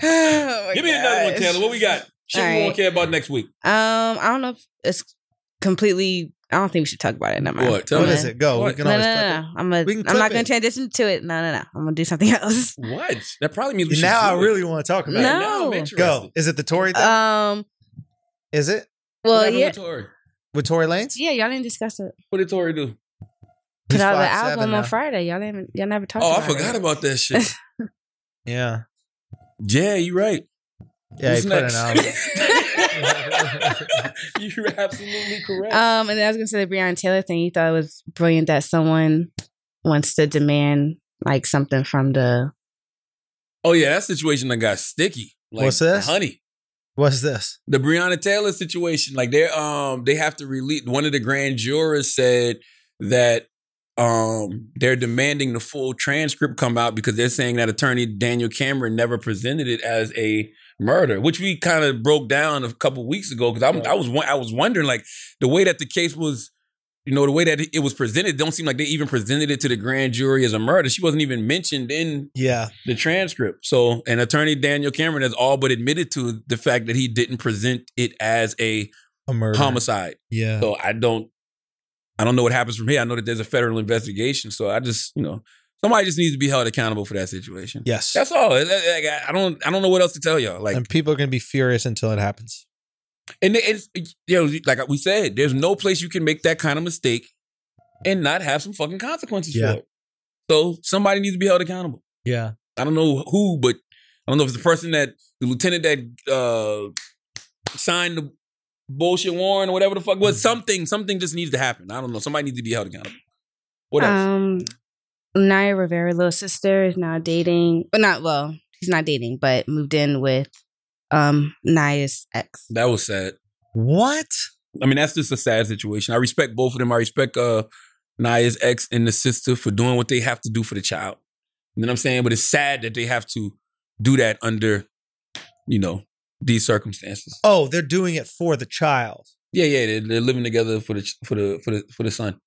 Oh my
Give me another one,
gosh.
Taylor. What we got? Shit we
All
won't
right.
care about next week.
Um, I don't know if it's completely. I don't think we should talk about it. Never mind.
What? Tell
I'm
what
me.
gonna-
is it? Go.
What?
We can
No, no,
always
no,
clip
no. I'm gonna.
We can
I'm not
clip
gonna
it.
transition to it. No, no, no. I'm gonna do something else.
What? That probably means we
it.
should
Now I
do it.
really want to talk about
No.
it.
Now I'm interested.
Go. Is it the Tory thing?
Um.
Is it
What
Well,
happened
yeah,
with Tory?
with Tory Lanez?
yeah. Y'all didn't discuss it.
What did Tory do?
Put
He's
out the
5'7"
album
now.
on Friday. Y'all didn't. Y'all never talked.
Oh, I
about
forgot
It.
about that shit.
Yeah.
yeah, you're right.
Yeah,
Who's
he put
next?
an album.
you're absolutely correct.
Um, and then I was gonna say the Breonna Taylor thing. You thought it was brilliant that someone wants to demand like something from the.
oh, yeah, that situation that got sticky. Like,
What's this?
Honey.
What's this?
the Breonna Taylor situation, like they're um they have to release one of the grand jurors said that um, they're demanding the full transcript come out because they're saying that attorney Daniel Cameron never presented it as a murder, which we kind of broke down a couple weeks ago because I, I was won- I was wondering like the way that the case was, you know, the way that it was presented don't seem like they even presented it to the grand jury as a murder. She wasn't even mentioned in
Yeah.
the transcript. So, and attorney Daniel Cameron has all but admitted to the fact that he didn't present it as a
A murder. Uh-huh.
homicide.
Yeah.
So I don't, I don't know what happens from here. I know that there's a federal investigation. So I just, you know, somebody just needs to be held accountable for that situation.
yes. Um,
That's all. Like, I I don't, I don't know what else to tell y'all. Like,
and people are going to be furious until it happens.
and it's, you know, like we said, there's no place you can make that kind of mistake and not have some fucking consequences
Yeah.
for it. So somebody needs to be held accountable.
Yeah.
I don't know who, but I don't know if it's the person that the lieutenant that uh signed the bullshit warrant or whatever the fuck was. Something, something just needs to happen. I don't know. Somebody needs to be held accountable. What else?
Um, Naya Rivera, little sister, is now dating, but not well. He's not dating, but moved in with um Naya's ex.
that was sad.
What?
I mean, that's just a sad situation. I respect both of them. I respect uh Naya's ex and the sister for doing what they have to do for the child. You know what I'm saying? But it's sad that they have to do that under, you know, these circumstances.
Oh, they're doing it for the child.
Yeah, yeah, they're, they're living together for the ch- for the for the for the son.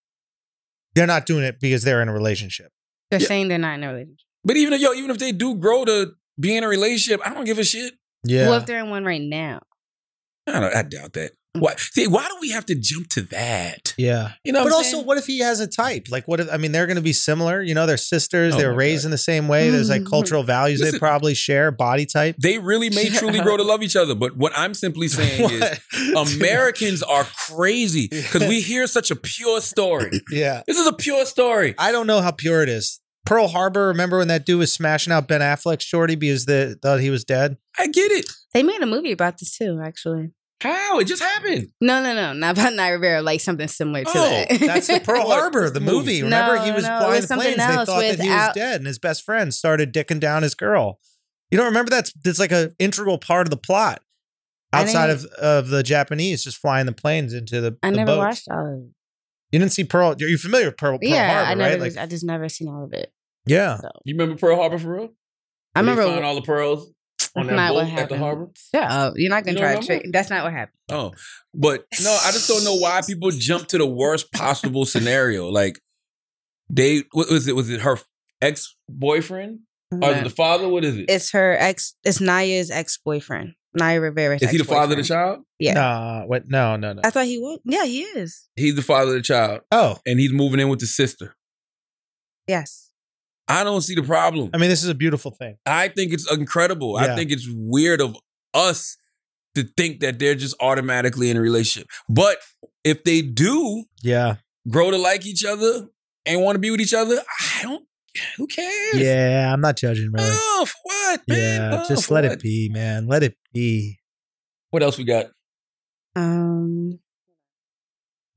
They're not doing it because they're in a relationship.
They're
Yeah.
saying they're not in a relationship.
But even if yo, even if they do grow to be in a relationship, I don't give a shit.
Yeah.
Well, if they're in one right now,
I don't. I doubt that.
Mm.
Why? See, why do we have to jump to that?
yeah.
You know. What
but
I'm
also,
saying?
what if he has a type? Like, what if, I mean, they're going to be similar. You know, they're sisters.
Oh
they're
my
raised
God.
in the same way. There's like
Mhm.
cultural values
Listen-
they probably share, body type.
they really may truly grow to love each other. But what I'm simply saying is,
What?
Americans are crazy because we hear such a pure story.
yeah.
This is a pure story.
I don't know how pure it is. Pearl Harbor, remember when that dude was smashing out Ben Affleck's shorty because the thought he was dead?
I get it.
they made a movie about this too. Actually,
How it just happened?
no, no, no, not about Naya Rivera. Like something similar to
Oh,
that.
That's the Pearl
What?
Harbor, the movie.
No,
Remember, he was
no, it
flying
was
the
something
planes. They
else
thought that he was
without-
dead, and his best friend started dicking down his girl. You don't remember that's that's like an integral part of the plot.
I
Outside of,
didn't-
of the Japanese, just flying the planes into the.
I
the
never
boats.
watched all of it.
You didn't see Pearl. You're familiar with Pearl, Pearl
yeah,
Harbor,
I never.
right? Like,
I just never seen all of it.
yeah,
You remember Pearl Harbor for real?
I
Where they
remember
found all the pearls on that
not
boat
what
at the
happened.
harbor.
Shut up! uh, You're not gonna
You
try
don't
to trick. That's not what happened.
Oh, but no, I just don't know why people jump to the worst possible scenario. Like they, what was it? Was it her ex boyfriend or the father? What is it? Is
It's her ex. It's Naya's ex boyfriend. Naya Rivera.
he the father of the child?
Yeah.
Nah, what? No, no, no.
I thought he was. Yeah, he is.
He's the father of the child,
oh,
and he's moving in with the sister.
Yes.
I don't see the problem.
I mean, this is a beautiful thing.
I think it's incredible. I
Yeah.
think it's weird of us to think that they're just automatically in a relationship. But if they do
Yeah,
grow to like each other and want to be with each other, I don't. Who cares?
yeah. I'm not judging really.
Oh, for what? man?
Yeah,
Oh,
just
for
let
what?
it be, man. Let it be.
What else we got?
Um.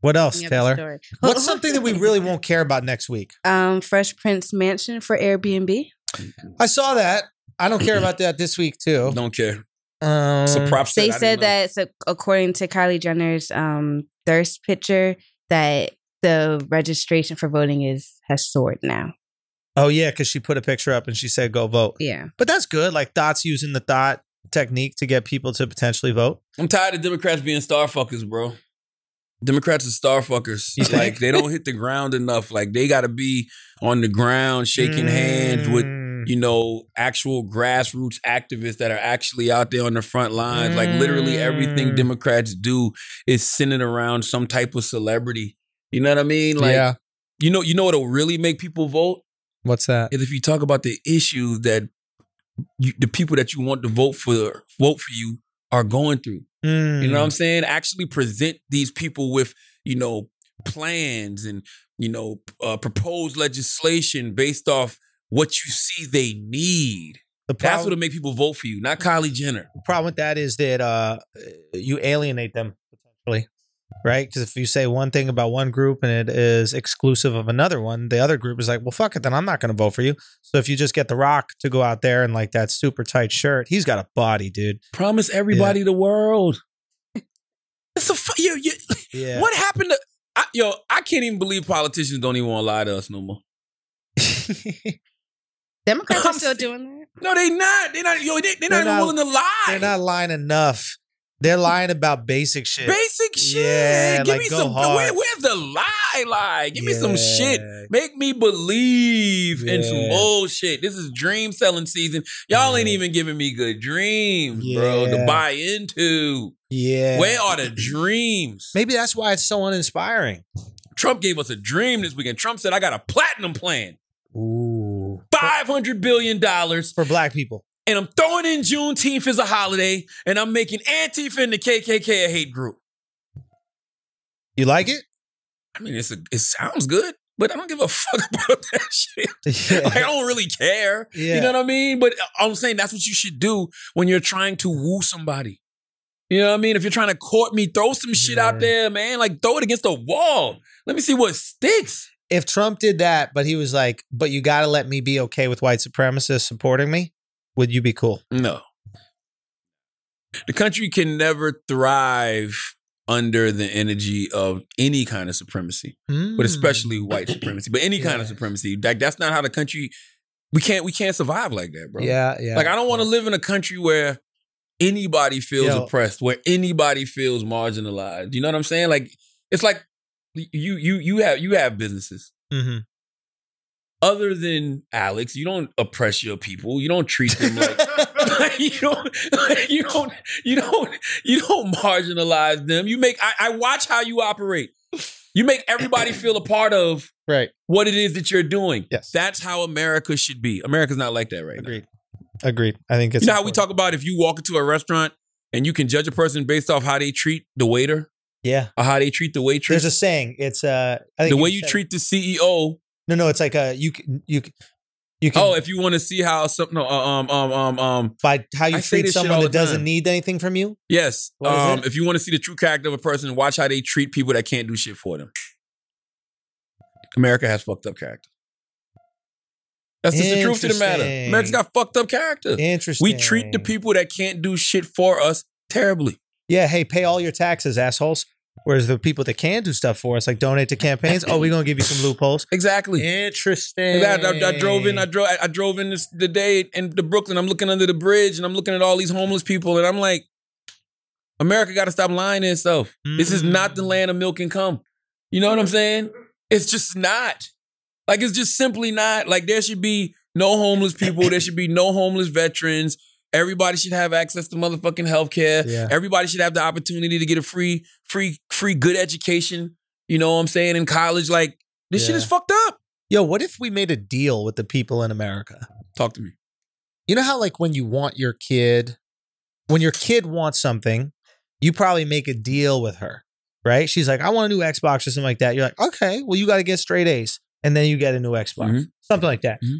What else,
yeah, the
Taylor?
story.
What's something that we really won't care about next week?
Um, Fresh Prince Mansion for Airbnb.
I saw that. I don't care about that this week too.
Don't care.
Um,
It's a prop set.
They
I didn't
said
know.
that so according to Kylie Jenner's um thirst picture that the registration for voting is has soared now.
Oh yeah, because she put a picture up and she said go vote.
Yeah.
But that's good. Like Dot's using the Dot technique to get people to potentially vote.
I'm tired of Democrats being star fuckers, bro. Democrats are star fuckers.
You think?
Like they don't hit the ground enough. Like they got to be on the ground, shaking hands with
Mm.
you know actual grassroots activists that are actually out there on the front lines. Like literally everything
Mm.
Democrats do is centered around some type of celebrity. You know what I mean? Like
yeah.
you know, you know what'll really make people vote
What's that?
is if you talk about the issues that you, the people that you want to vote for vote for you are going through.
Mm.
You know what I'm saying? Actually present these people with, you know, plans and, you know, uh, proposed legislation based off what you see they need.
The
That's
problem,
what'll make people vote for you, not Kylie Jenner.
problem with that is that uh, you alienate them potentially, right? Because if you say one thing about one group and it is exclusive of another one, the other group is like, well, fuck it, then I'm not going to vote for you. So if you just get The Rock to go out there and like that super tight shirt, he's got a body, dude.
Promise everybody the world. It's a fu- you, you,
Yeah.
What happened to I, yo, I can't even believe politicians don't even want to lie to us no more.
Democrats are
I'm
still
sick.
doing that.
No, they not. They not. Yo, they, they're, not
They're
even
not-
willing to lie.
They're not lying enough. They're lying about basic shit.
Basic shit.
Yeah,
Give
like,
me
go
some.
hard.
Where, where's the lie? Lie. Give me some shit.
Yeah.
Make me believe in some
Yeah.
bullshit. This is dream selling season. Y'all ain't
Yeah.
even giving me good dreams, bro, to
Yeah.
buy into.
Yeah.
Where are the dreams?
Maybe that's why it's so uninspiring.
Trump gave us a dream this weekend. Trump said, I got a platinum plan.
Ooh.
$500 billion. And
For black people.
I'm throwing in Juneteenth as a holiday. And I'm making Antifa and the KKK a hate group.
You like it?
I mean, it's a, it sounds good, but I don't give a fuck about that shit. Like, I
Yeah.
don't really care.
Yeah.
You know what I mean? But uh, I'm saying that's what you should do when you're trying to woo somebody. You know what I mean? If you're trying to court me, throw some shit out
Yeah.
there, man. Like throw it against the wall. Let me see what sticks.
If Trump did that, but he was like, but you got to let me be okay with white supremacists supporting me, would you be cool?
No. The country can never thrive under the energy of any kind of supremacy, but
Mm.
especially white supremacy. But any kind of
Yeah.
supremacy. Like that's not how the country we can't we can't survive like that, bro.
Yeah, yeah.
Like I don't want to live in a country where anybody feels
Yo.
oppressed, where anybody feels marginalized. You know what I'm saying? Like it's like you you you have you have businesses
hmm
other than Alex. You don't oppress your people. You don't treat them like you don't you don't you don't you don't marginalize them. You make I, I watch how you operate. You make everybody feel a part of
Right.
what it is that you're doing.
Yes.
That's how America should be. America's not like that right now.
Agreed. Agreed. I think it's.
you know how we
important.
talk about if you walk into a restaurant and you can judge a person based off how they treat the waiter
Yeah.
or how they treat the
There's
waitress,
a saying. It's uh, I think
the way you
said it.
treat the E CEO.
No, no. It's like uh, you can you can- you can
Oh, if you want to see how something, no, um, um, um, um,
by how you
I say
treat
this shit
someone
all
that
the
doesn't
time.
need anything from you.
yes,
What is
um,
it?
if you want to see the true character of a person, watch how they treat people that can't do shit for them. America has fucked up character. That's just the truth to the matter.
Interesting.
America's got fucked up character.
Interesting.
We treat the people that can't do shit for us terribly.
Yeah. Hey, pay all your taxes, assholes. Whereas the people that can do stuff for us, like donate to campaigns, oh, we're gonna give you some loopholes.
Exactly.
Interesting.
I, I- I drove in. I drove. I, I drove in this the day into Brooklyn. I'm looking under the bridge, and I'm looking at all these homeless people, and I'm like, America got to stop lying to itself. This is not the
Hmm. Mm.
land of milk and cum. You know what I'm saying? It's just not. Like it's just simply not. Like there should be no homeless people. There should be no homeless veterans. Everybody should have access to motherfucking healthcare.
Yeah.
Everybody should have the opportunity to get a free, free, free good education. You know what I'm saying? In college, like this shit
Yeah.
is fucked up.
Yo, what if we made a deal with the people in America?
Talk to me.
You know how like when you want your kid, when your kid wants something, you probably make a deal with her, right? She's like, I want a new Xbox or something like that. You're like, okay, well, you got to get straight A's, and then you get a new Xbox,
Mhm.
something like that.
Mhm.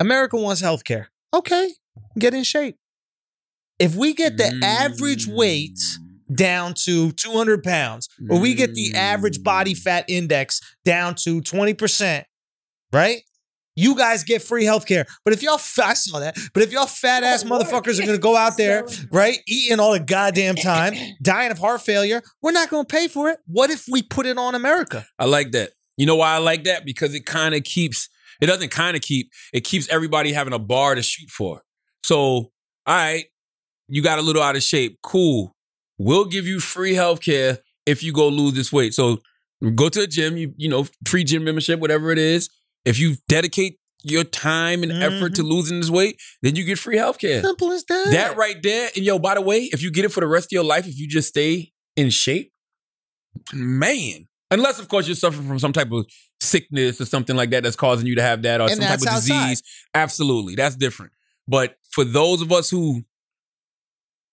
America wants healthcare. Okay, get in shape. If we get the average weight
Mm.
down to 200 pounds, or we get the
Mm.
average body fat index down to 20%, right? You guys get free healthcare. But if y'all, fa- I saw that, but if y'all
Oh,
fat ass motherfuckers are gonna go out there, right, eating all the goddamn time, dying of heart failure, we're not gonna pay for it. What if we put it on America?
I like that. You know why I like that? Because it kind of keeps, it doesn't kind of keep, it keeps everybody having a bar to shoot for. So, all right, you got a little out of shape. Cool. We'll give you free healthcare if you go lose this weight. So go to a gym, you, you know, free gym membership, whatever it is. If you dedicate your time and effort to losing this weight, then you get free healthcare.
Simple as that.
That right there, and yo, by the way, if you get it for the rest of your life, if you just stay in shape, man. Unless, of course, you're suffering from some type of sickness or something like that that's causing you to have that or
And
some type
that's
of
outside.
disease. Absolutely. That's different. But for those of us who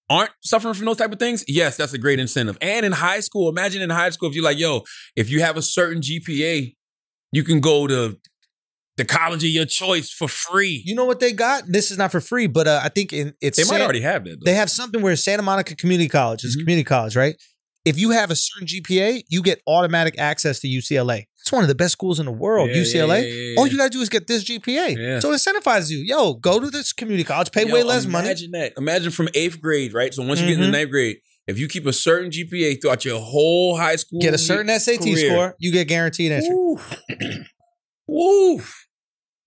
aren't suffering from those type of things, yes, that's a great incentive. And in high school, imagine in high school, if you're like, yo, if you have a certain GPA, you can go to the college of your choice for free.
You know what they got? This is not for free, but uh, I think in, it's
they might
San-
already have that. Though.
they have something where Santa Monica Community College is
Mhm.
community college, right? If you have a certain GPA, you get automatic access to UCLA. It's one of the best schools in the world,
Yeah, yeah,
UCLA.
yeah, yeah,
All
yeah.
you gotta do is get this GPA.
Yeah.
So it incentivizes you. Yo, go to this community college, pay
Yo,
way less money.
Imagine that. Imagine from eighth grade, right? So once you get in the
Mhm.
ninth grade, If you keep a certain GPA throughout your whole high school,
Get a certain SAT
career.
score, you get guaranteed entry.
Woo. Woo.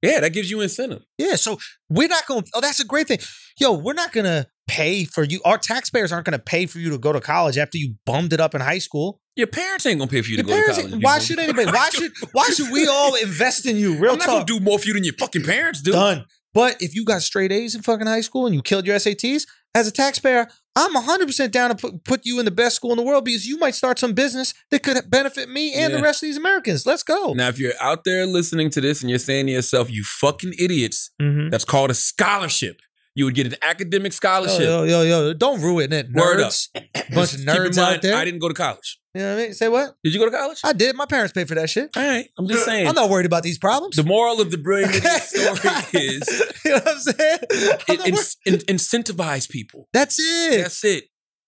Yeah, that gives you incentive.
Yeah, so we're not going. to Oh, that's a great thing, yo. We're not going to pay for you. Our taxpayers aren't going to pay for you to go to college after you bummed it up in high school.
Your parents ain't gonna pay for you
Your
to go
parents,
to college.
why
you
should
know?
anybody? Why should why should we all invest in you? Real
I'm not
talk,
gonna do more for you than your fucking parents do.
done. But if you got straight A's in fucking high school and you killed your SATs, as a taxpayer, I'm 100 percent down to put, put you in the best school in the world because you might start some business that could benefit me and
Yeah.
the rest of these Americans. Let's go.
Now, if you're out there listening to this and you're saying to yourself, "You fucking idiots,"
Mhm.
that's called a scholarship. You would get an academic
Yo,
scholarship.
yo, yo, yo, don't ruin it,
Word up.
nerds. Bunch
Keep
of
in
nerds out
mind,
there.
I didn't go to college.
You know what I mean? Say what?
Did you go to college?
I did. My parents paid for that shit.
All right, I'm just saying.
I'm not worried about these problems.
the moral of the brilliant idiot story is
you know what I'm saying? I'm
it,
not worried.
in, in- incentivize people.
that's it.
That's it.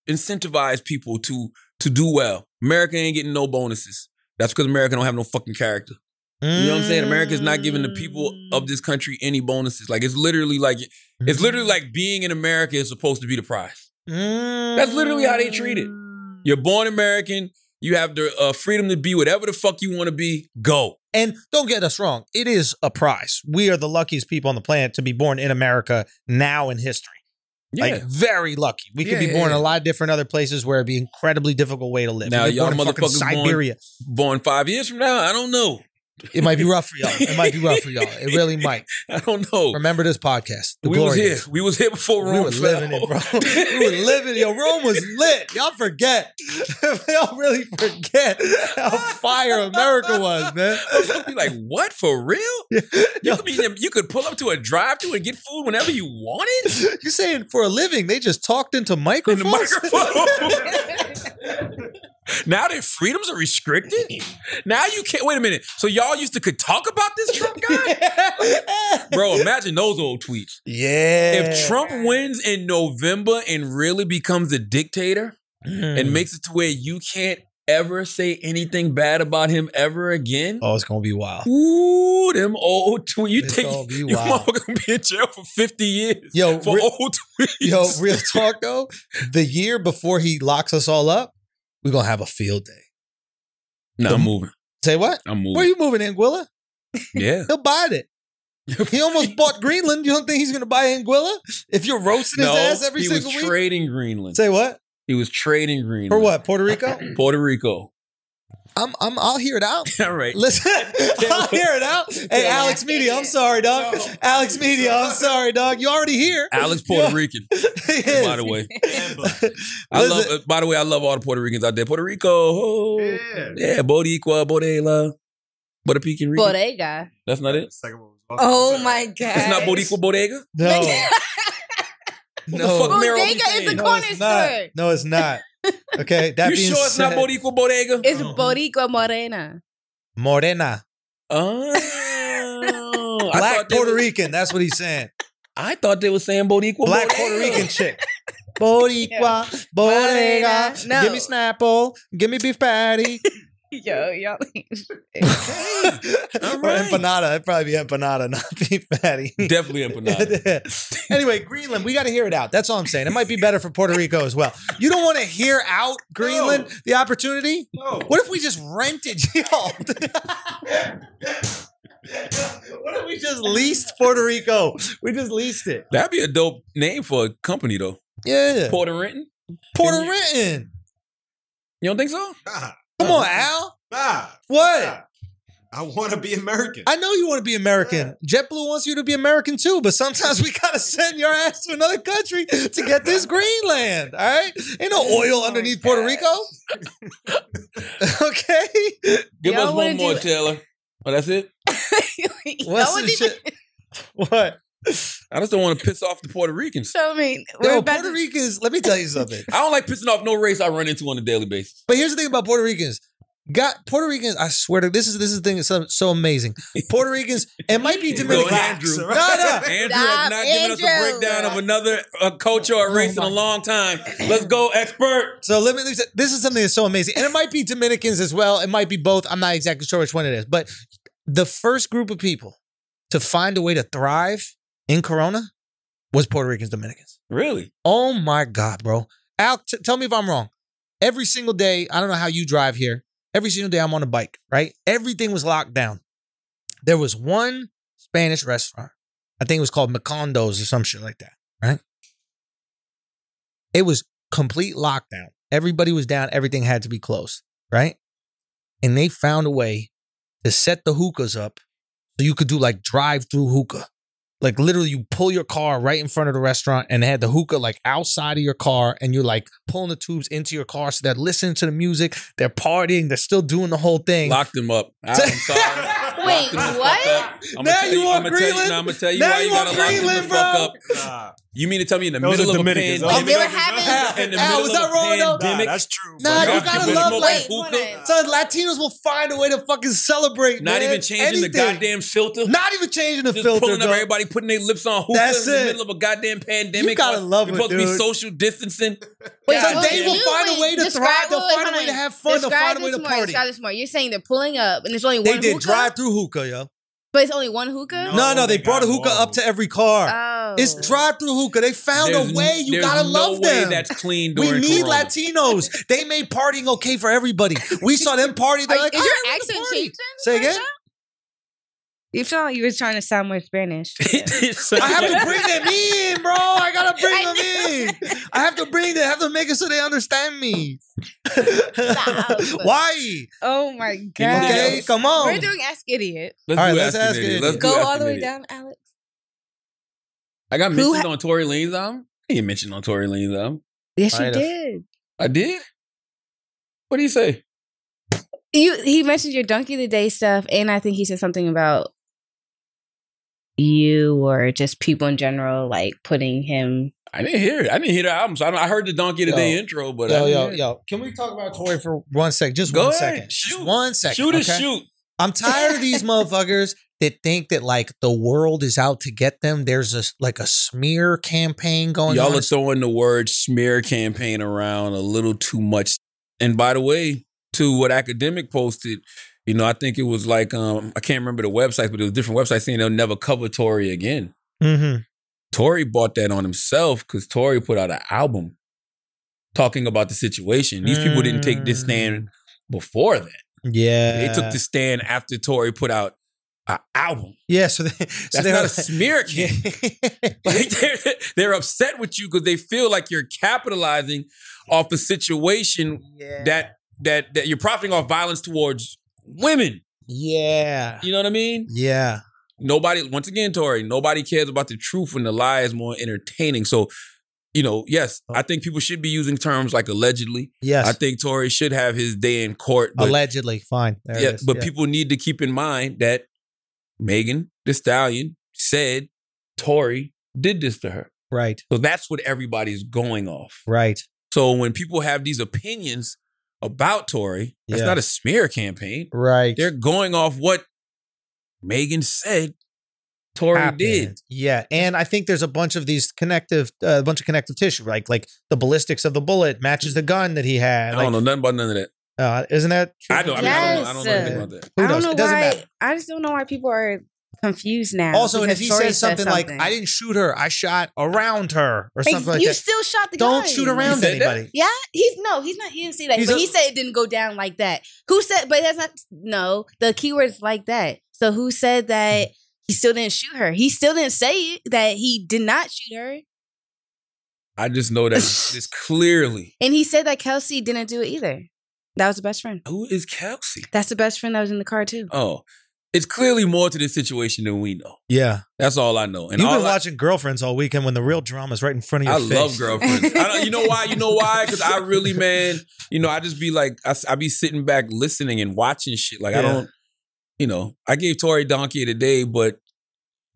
Incentivize people to to do well. America ain't getting no bonuses. That's because America don't have no fucking character. You know what I'm saying? America's not giving the people of this country any bonuses. Like it's literally like
Mm-hmm.
it's literally like being in America is supposed to be the prize. That's literally how they treat it. You're born American. You have the uh, freedom to be whatever the fuck you want to be. Go.
And don't get us wrong, it is a prize. We are the luckiest people on the planet to be born in America now in history. Like very lucky. We could
Yeah,
be
yeah,
born
yeah.
in a lot of different other places where it'd be incredibly difficult way to live.
Now,
If you're
y'all
born in fucking
motherfuckers born-
Siberia.
born five years from now, I don't know.
It might be rough for y'all. It might be rough for y'all. It really might.
I don't know.
Remember this podcast. The
we
glory
was here.
days.
We was here before Rome
We were
fell.
living it, bro. we were living. Your room was lit. Y'all forget. Y'all really forget how fire America was, man.
Be like, what for real? You
Yo,
could, be in- you could pull up to a drive-through and get food whenever you wanted.
you saying for a living they just talked into
In the
microphones?
microphone. now their freedoms are restricted. Now you can't. Wait a minute. So y'all used to could talk about this Trump guy, bro? Imagine those old tweets.
yeah.
If Trump wins in November and really becomes a dictator
Mm.
and makes it to where you can't ever say anything bad about him ever again,
oh, it's gonna be wild.
Ooh, them old tweets. You
It's
think
gonna be
you
wild.
motherfucker gonna be in jail for fifty years
Yo,
for
re-
old tweets?
yo, real talk though. The year before he locks us all up, we're gonna have a field day.
no, I'm moving.
Say what?
I'm
Where
moving.
you moving, Anguilla?
yeah.
He'll buy it. He almost bought Greenland. You don't think he's going to buy Anguilla if you're roasting his ass every
he
single
was
week?
trading Greenland.
Say what
He was trading Greenland
for what? Puerto Rico?
Puerto Rico.
I'm I'm I'll hear it out.
All right.
Listen, I'll hear it out. Hey, Alex Media, I'm sorry, dog. Alex Media, I'm sorry, dog. You already here.
Alex Puerto Rican.
Rico,
By the way, I love. uh,
Listen,
by the way, I love all the Puerto Ricans out there. Puerto Rico. Yeah. Boricua, Borela, Puerto Rican.
Bodega.
That's not it.
Second one was
Oh my god.
It's not Boricua Bodega.
no,
fuck,
no,
man? Merrill
Bodega is
Lynch.
the
no,
corner
it's not.
store.
No, it's not. Okay, that
you
being
sure it's not
said-
Boricua Bodega?
It's Boricua Morena.
Morena,
Oh, Ah. I
black
thought they
Puerto
were-
Rican. That's what he's saying.
I thought they were saying Boricua.
black
Bodega.
Puerto Rican chick. Boricua, Bodega,
No.
give me Snapple, give me beef patty,
Yo, y'all.
or
right.
empanada. It'd probably be empanada, not beef patty.
Definitely empanada.
anyway, Greenland, we got to hear it out. That's all I'm saying. It might be better for Puerto Rico as well. You don't want to hear out Greenland the opportunity.
No.
What if we just rented y'all? what if we just leased Puerto Rico? We just leased it.
That'd be a dope name for a company though.
Yeah,
Puerto Rican.
Puerto Rican.
You don't think so?
Nah,
Come on, Al.
nah.
What?
nah. I want to be American.
I know you want to be American. JetBlue wants you to be American too, but sometimes we gotta send your ass to another country to get this Greenland. All right, ain't no oil
Oh my
underneath Puerto
God.
Rico. okay,
Give
Y'all
us
wanna
one more,
do it.
Taylor. Oh, that's it.
Y'all
what's
would
this
even
shit? What?
I just don't want to piss off the Puerto Ricans.
show me. We're
Yo,
about
Puerto
to-
Ricans. Let me tell you something.
I don't like pissing off no race I run into on a daily basis.
But here's the thing about Puerto Ricans. Got Puerto Ricans. I swear to this is this is the thing that's so, so amazing. Puerto Ricans. It might be
Go,
Dominican.
Andrew.
No,
No, no.
Andrew
Stop,
has not given us a
Andrew.
breakdown of another uh, culture
Oh
or race in a long time. Let's go, expert.
So let me. This is something that's so amazing, and it might be Dominicans as well. It might be both. I'm not exactly sure which one it is, but the first group of people to find a way to thrive in Corona was Puerto Ricans, Dominicans.
Really?
Oh my God, bro! Al, t- tell me if I'm wrong. Every single day, I don't know how you drive here. Every single day, I'm on a bike, right? Everything was locked down. There was one Spanish restaurant. I think it was called Macondos or some shit like that, right? It was complete lockdown. Everybody was down. Everything had to be closed, right? And they found a way to set the hookahs up so you could do like drive through hookah. Like literally, you pull your car right in front of the restaurant and they had the hookah like outside of your car, and you're like pulling the tubes into your car. So they're listening to the music, they're partying, they're still doing the whole thing.
Locked him up. I'm sorry.
Wait, what?
I'm
Now you want
I'm gonna tell you,
Greenland?
nah, I'm gonna tell you
Now
why
you
you gotta
want
lock him
Greenland,
the fuck
bro?
up.
Nah.
You mean to tell me in the
Those
middle
are
of a
Dominicans.
Oh,
pandemic?
they were having-
in the middle
Al, was
of
that
a
wrong, though?
Nah,
pandemic.
that's true.
Nah,
bro.
you
Y'all
gotta
people
love,
smoking
like-
hookah,
So Latinos will find a way to fucking celebrate.
Not
man.
even changing the
Anything.
goddamn filter.
Not even changing the
Just
filter.
pulling up
dog.
everybody putting their lips on hookah
That's
in the
it.
middle of a goddamn pandemic.
You gotta
Like,
love
We're
it,
supposed to be
dude.
social distancing.
Wait,
So
you-
they will
you
find a
went-
way to
describe
thrive. They'll
what-
find a
hold
way to
on.
have fun. They'll
Describe
find a way
this
to
more,
party.
Describe this more. You're saying they're pulling up, and it's only
They
one
did
hookah,
drive through hookah, yo.
but it's only one hookah.
No,
No,
Oh
no, they
they
brought a
got
hookah up
more.
to every car.
Oh,
It's drive through hookah. They found
There's-
a way. You
there's
gotta
no
love
way
them.
That's clean.
we
during
need
corona.
Latinos. They made partying okay for everybody. We saw them party. They're
Are-
like,
is
"All
your
right, we're
accent
gonna party."
changing
Say
right
again.
You felt like you was trying to sound more Spanish.
I have to bring them in, bro. I gotta bring
I
them in. I have to bring them. I have to make it so they understand me. Why?
oh my god!
Okay, come on.
We're doing Ask Idiot.
Let's
All right,
do
let's
Ask
ask
An Idiot.
it.
Let's do
Go
Ask
all
An
the way
Idiot.
down, Alex.
I got
Who
mentioned
ha-
on Tory Lane's album. I didn't mention on Tory Lane's album.
Yes,
Might
you
have.
did.
I did. What do you say?
You he mentioned your donkey of the day stuff, and I think he said something about you or just people in general, like putting him.
I didn't hear it. I didn't hear the album. So I, don't, I heard the Donkey of the
Yo.
Day intro, but
Yo,
I
yo, yo. Can we talk about Tory for one sec? Just
Go
one
ahead.
second.
Shoot.
Just one second.
shoot is
okay?
shoot.
I'm tired of these motherfuckers that think that like the world is out to get them. There's a like a smear campaign going
Y'all
on.
are throwing the word smear campaign around a little too much. And by the way, to what academic posted, you know, I think it was like um I can't remember the websites, but it was different websites saying they'll never cover Tory again.
mm-hmm.
Tory bought that on himself because Tory put out an album talking about the situation. These people didn't take this
Mm.
stand before that.
Yeah.
They took the stand after Tory put out an album.
Yeah, so they, so
That's
they
not
were-
a smear campaign. Like they're, they're upset with you because they feel like you're capitalizing off a situation
yeah.
that that that you're profiting off violence towards women.
Yeah.
You know what I mean?
Yeah.
Nobody, once again, Tori, nobody cares about the truth when the lie is more entertaining. So, you know, yes, I think people should be using terms like allegedly.
Yes.
I think Tory should have his day in court. But,
Allegedly. Fine. There it
yeah,
is.
but people need to keep in mind that Megan the Stallion said Tory did this to her.
Right.
So that's what everybody's going off.
Right.
So when people have these opinions about Tory, that's
Yeah.
not a smear campaign.
Right.
They're going off what Megan said Tory
happened.
did.
Yeah, and I think there's a bunch of these connective, uh, a bunch of connective tissue, like like the ballistics of the bullet matches the gun that he had.
I
Like,
don't know nothing about none of that.
Uh, isn't that? True?
I don't, I, mean, I don't know. I don't know anything
Yes.
about that.
Who
I don't
knows?
know
It doesn't
why.
matter.
I just don't know why people are confused now.
Also, and if he
because Tory
says
said
something, like, "I didn't shoot her, I shot around her," or
Like,
something like
you
that,
still shot the
don't
gun.
shoot
He
around
said that?
anybody.
Yeah, he's no, he's not. He didn't say that,
He's
but
a-
he said it didn't go down like that. Who said? But that's not no. The keywords like that. So who said that he still didn't shoot her? He still didn't say that he did not shoot her,
I just know that this clearly.
and he said that Kelsey didn't do it either. That was the best friend.
Who is Kelsey?
That's the best friend that was in the car too.
Oh, it's clearly more to this situation than we know.
Yeah,
That's all I know. And
you've
all
been
I,
watching Girlfriends all weekend when the real drama is right in front of your
I
face.
love girlfriends. I don't, you know why? You know why? Because I really, man, you know, I just be like, I, s- I be sitting back listening and watching shit. Like, I
Yeah.
don't, you know, I gave Tori Donkey today, but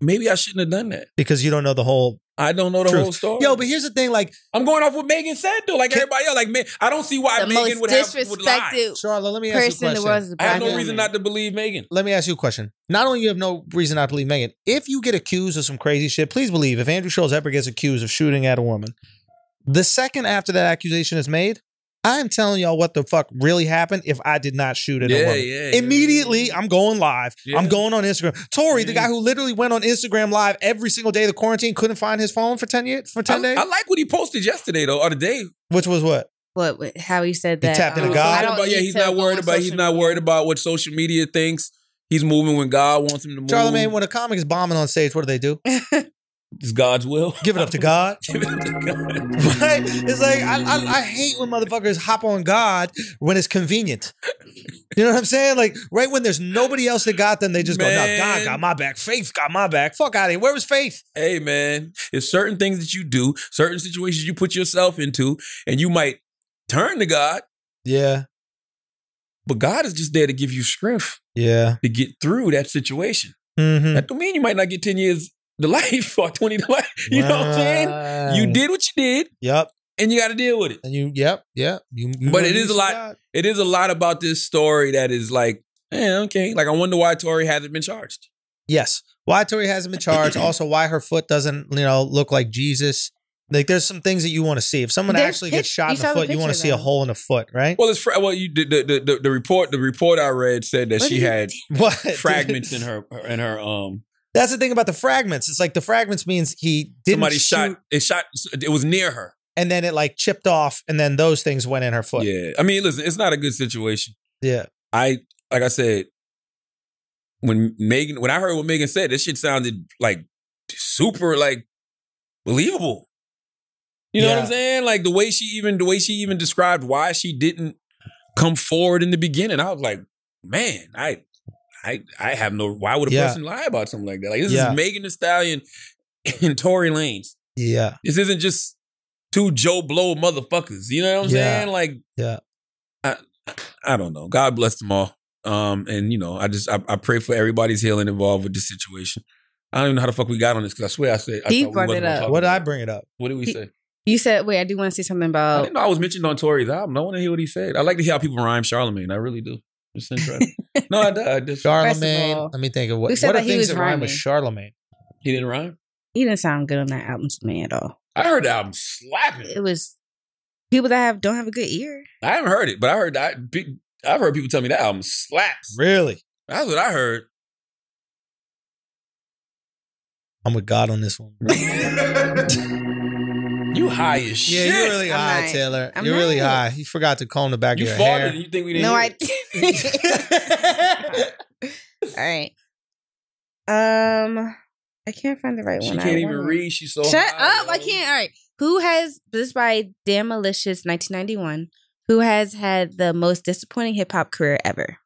maybe I shouldn't have done that.
because you don't know the whole.
I don't know the
Truth.
whole story.
Yo, but here's the thing, like
I'm going off what Megan said, though. Like
Can-
everybody else, like, man, I don't see why
the
Megan
most
would have would lie.
disrespected
Charlotte, let me ask you a
person
question.
in the world is a
I have
black
no
woman.
reason not to believe Megan.
let me ask you a question. Not only you have no reason not to believe Megan, if you get accused of some crazy shit, please believe if Andrew Schultz ever gets accused of shooting at a woman, the second after that accusation is made, I'm telling y'all what the fuck really happened if I did not shoot at a woman. Immediately, I'm going live.
Yeah.
I'm going on Instagram. Tori, the
Yeah.
guy who literally went on Instagram live every single day of the quarantine, couldn't find his phone for ten years for ten
I,
days,
I like what he posted yesterday though, or today.
which was what
What? what- How he said
He
that?
tapped into
um,
God?
I don't
About- yeah,
need
he's
to
not
go
worried
on
about. He's
social
not
media.
worried about what social media thinks. He's moving when God wants him to move.
Charlemagne. When a comic is bombing on stage, what do they do?
it's God's will.
Give it up to God.
Give it up to God.
Right? It's like I, I, I hate when motherfuckers hop on God when it's convenient. You know what I'm saying? Like right when there's nobody else that got them, they just go,
Man.
"No, God got my back. Faith got my back. Fuck out of here. Where was faith?
Hey man, it's certain things that you do, certain situations you put yourself into, and you might turn to God,
Yeah,
but God is just there to give you strength
yeah.
to get through that situation.
Mm-hmm.
That don't mean you might not get 10 years to life or 20 to life. You know what I'm saying? You did what you did
Yep.
and you gotta deal with it.
And you. Yep. Yep. You, you
But it
released
is a lot-
God.
It is a lot about this story that is like, eh, okay. Like I wonder why Tori hasn't been charged.
Yes. Why Tori hasn't been charged? also, why her foot doesn't you know look like Jesus? Like there's some things that you want to see. If someone
There's
actually gets
pic-
shot
you
in the
saw the
foot, you want to
picture,
see a
though.
hole in the foot, right?
Well, it's fra- well, you the the, the the report the report I read said that
What
she
did you
had
What
fragments in her in her um
That's the thing about the fragments. It's like the fragments means he didn't
somebody
shoot,
shot it shot it was near her.
and then it like chipped off, and then those things went in her foot.
Yeah. I mean, listen, it's not a good situation.
Yeah.
I like I said when Megan when I heard what Megan said, this shit sounded like super like believable. You know what I'm
Yeah.
saying? Like the way she even the way she even described why she didn't come forward in the beginning, I was like, man, I I I have no why would a
Yeah.
person lie about something like that? Like this
Yeah.
is Megan the Stallion and Tory Lanez.
Yeah.
This isn't just two Joe Blow motherfuckers. You know what I'm
Yeah.
saying? Like,
Yeah.
I, I don't know. God bless them all. Um, and you know, I just I, I pray for everybody's healing involved with this situation. I don't even know how the fuck we got on this because I swear I said I
He
thought we
brought
wasn't
it
gonna
up.
talk
What did
about
I
it.
bring it up?
What did we
He- Oh.
say?
You said, wait, I do want to say something
I
about.
didn't know I was mentioned on Tory's album. I want to hear what he said. I like to hear how people rhyme Charlemagne. I really do. It's interesting. no, I, I just
Charlemagne.
all,
Let me think of what.
we said
what are
that he
things
was
that rhyme with
rhyming.
Charlemagne?
he didn't rhyme.
He didn't sound good on that album to me at all.
I heard the album slapping.
It was people that have don't have a good ear.
I haven't heard it, but I heard that. I've heard people tell me that album slaps.
Really?
That's what I heard.
I'm with God on this one.
You high as
Yeah,
shit.
you're really
I'm
high,
not-
Taylor.
I'm
you're really
not.
high. You forgot to comb the back
you
of your
farted.
hair.
You think we didn't?
No,
hear
I
it?
didn't. all right. Um, I can't find the right
She
one. I
can't even
wanna-
read. She's so
Shut
high,
up! I
yo.
can't. All right. Who has this is by Dan Malicious, 1991? Who has had the most disappointing hip hop career ever?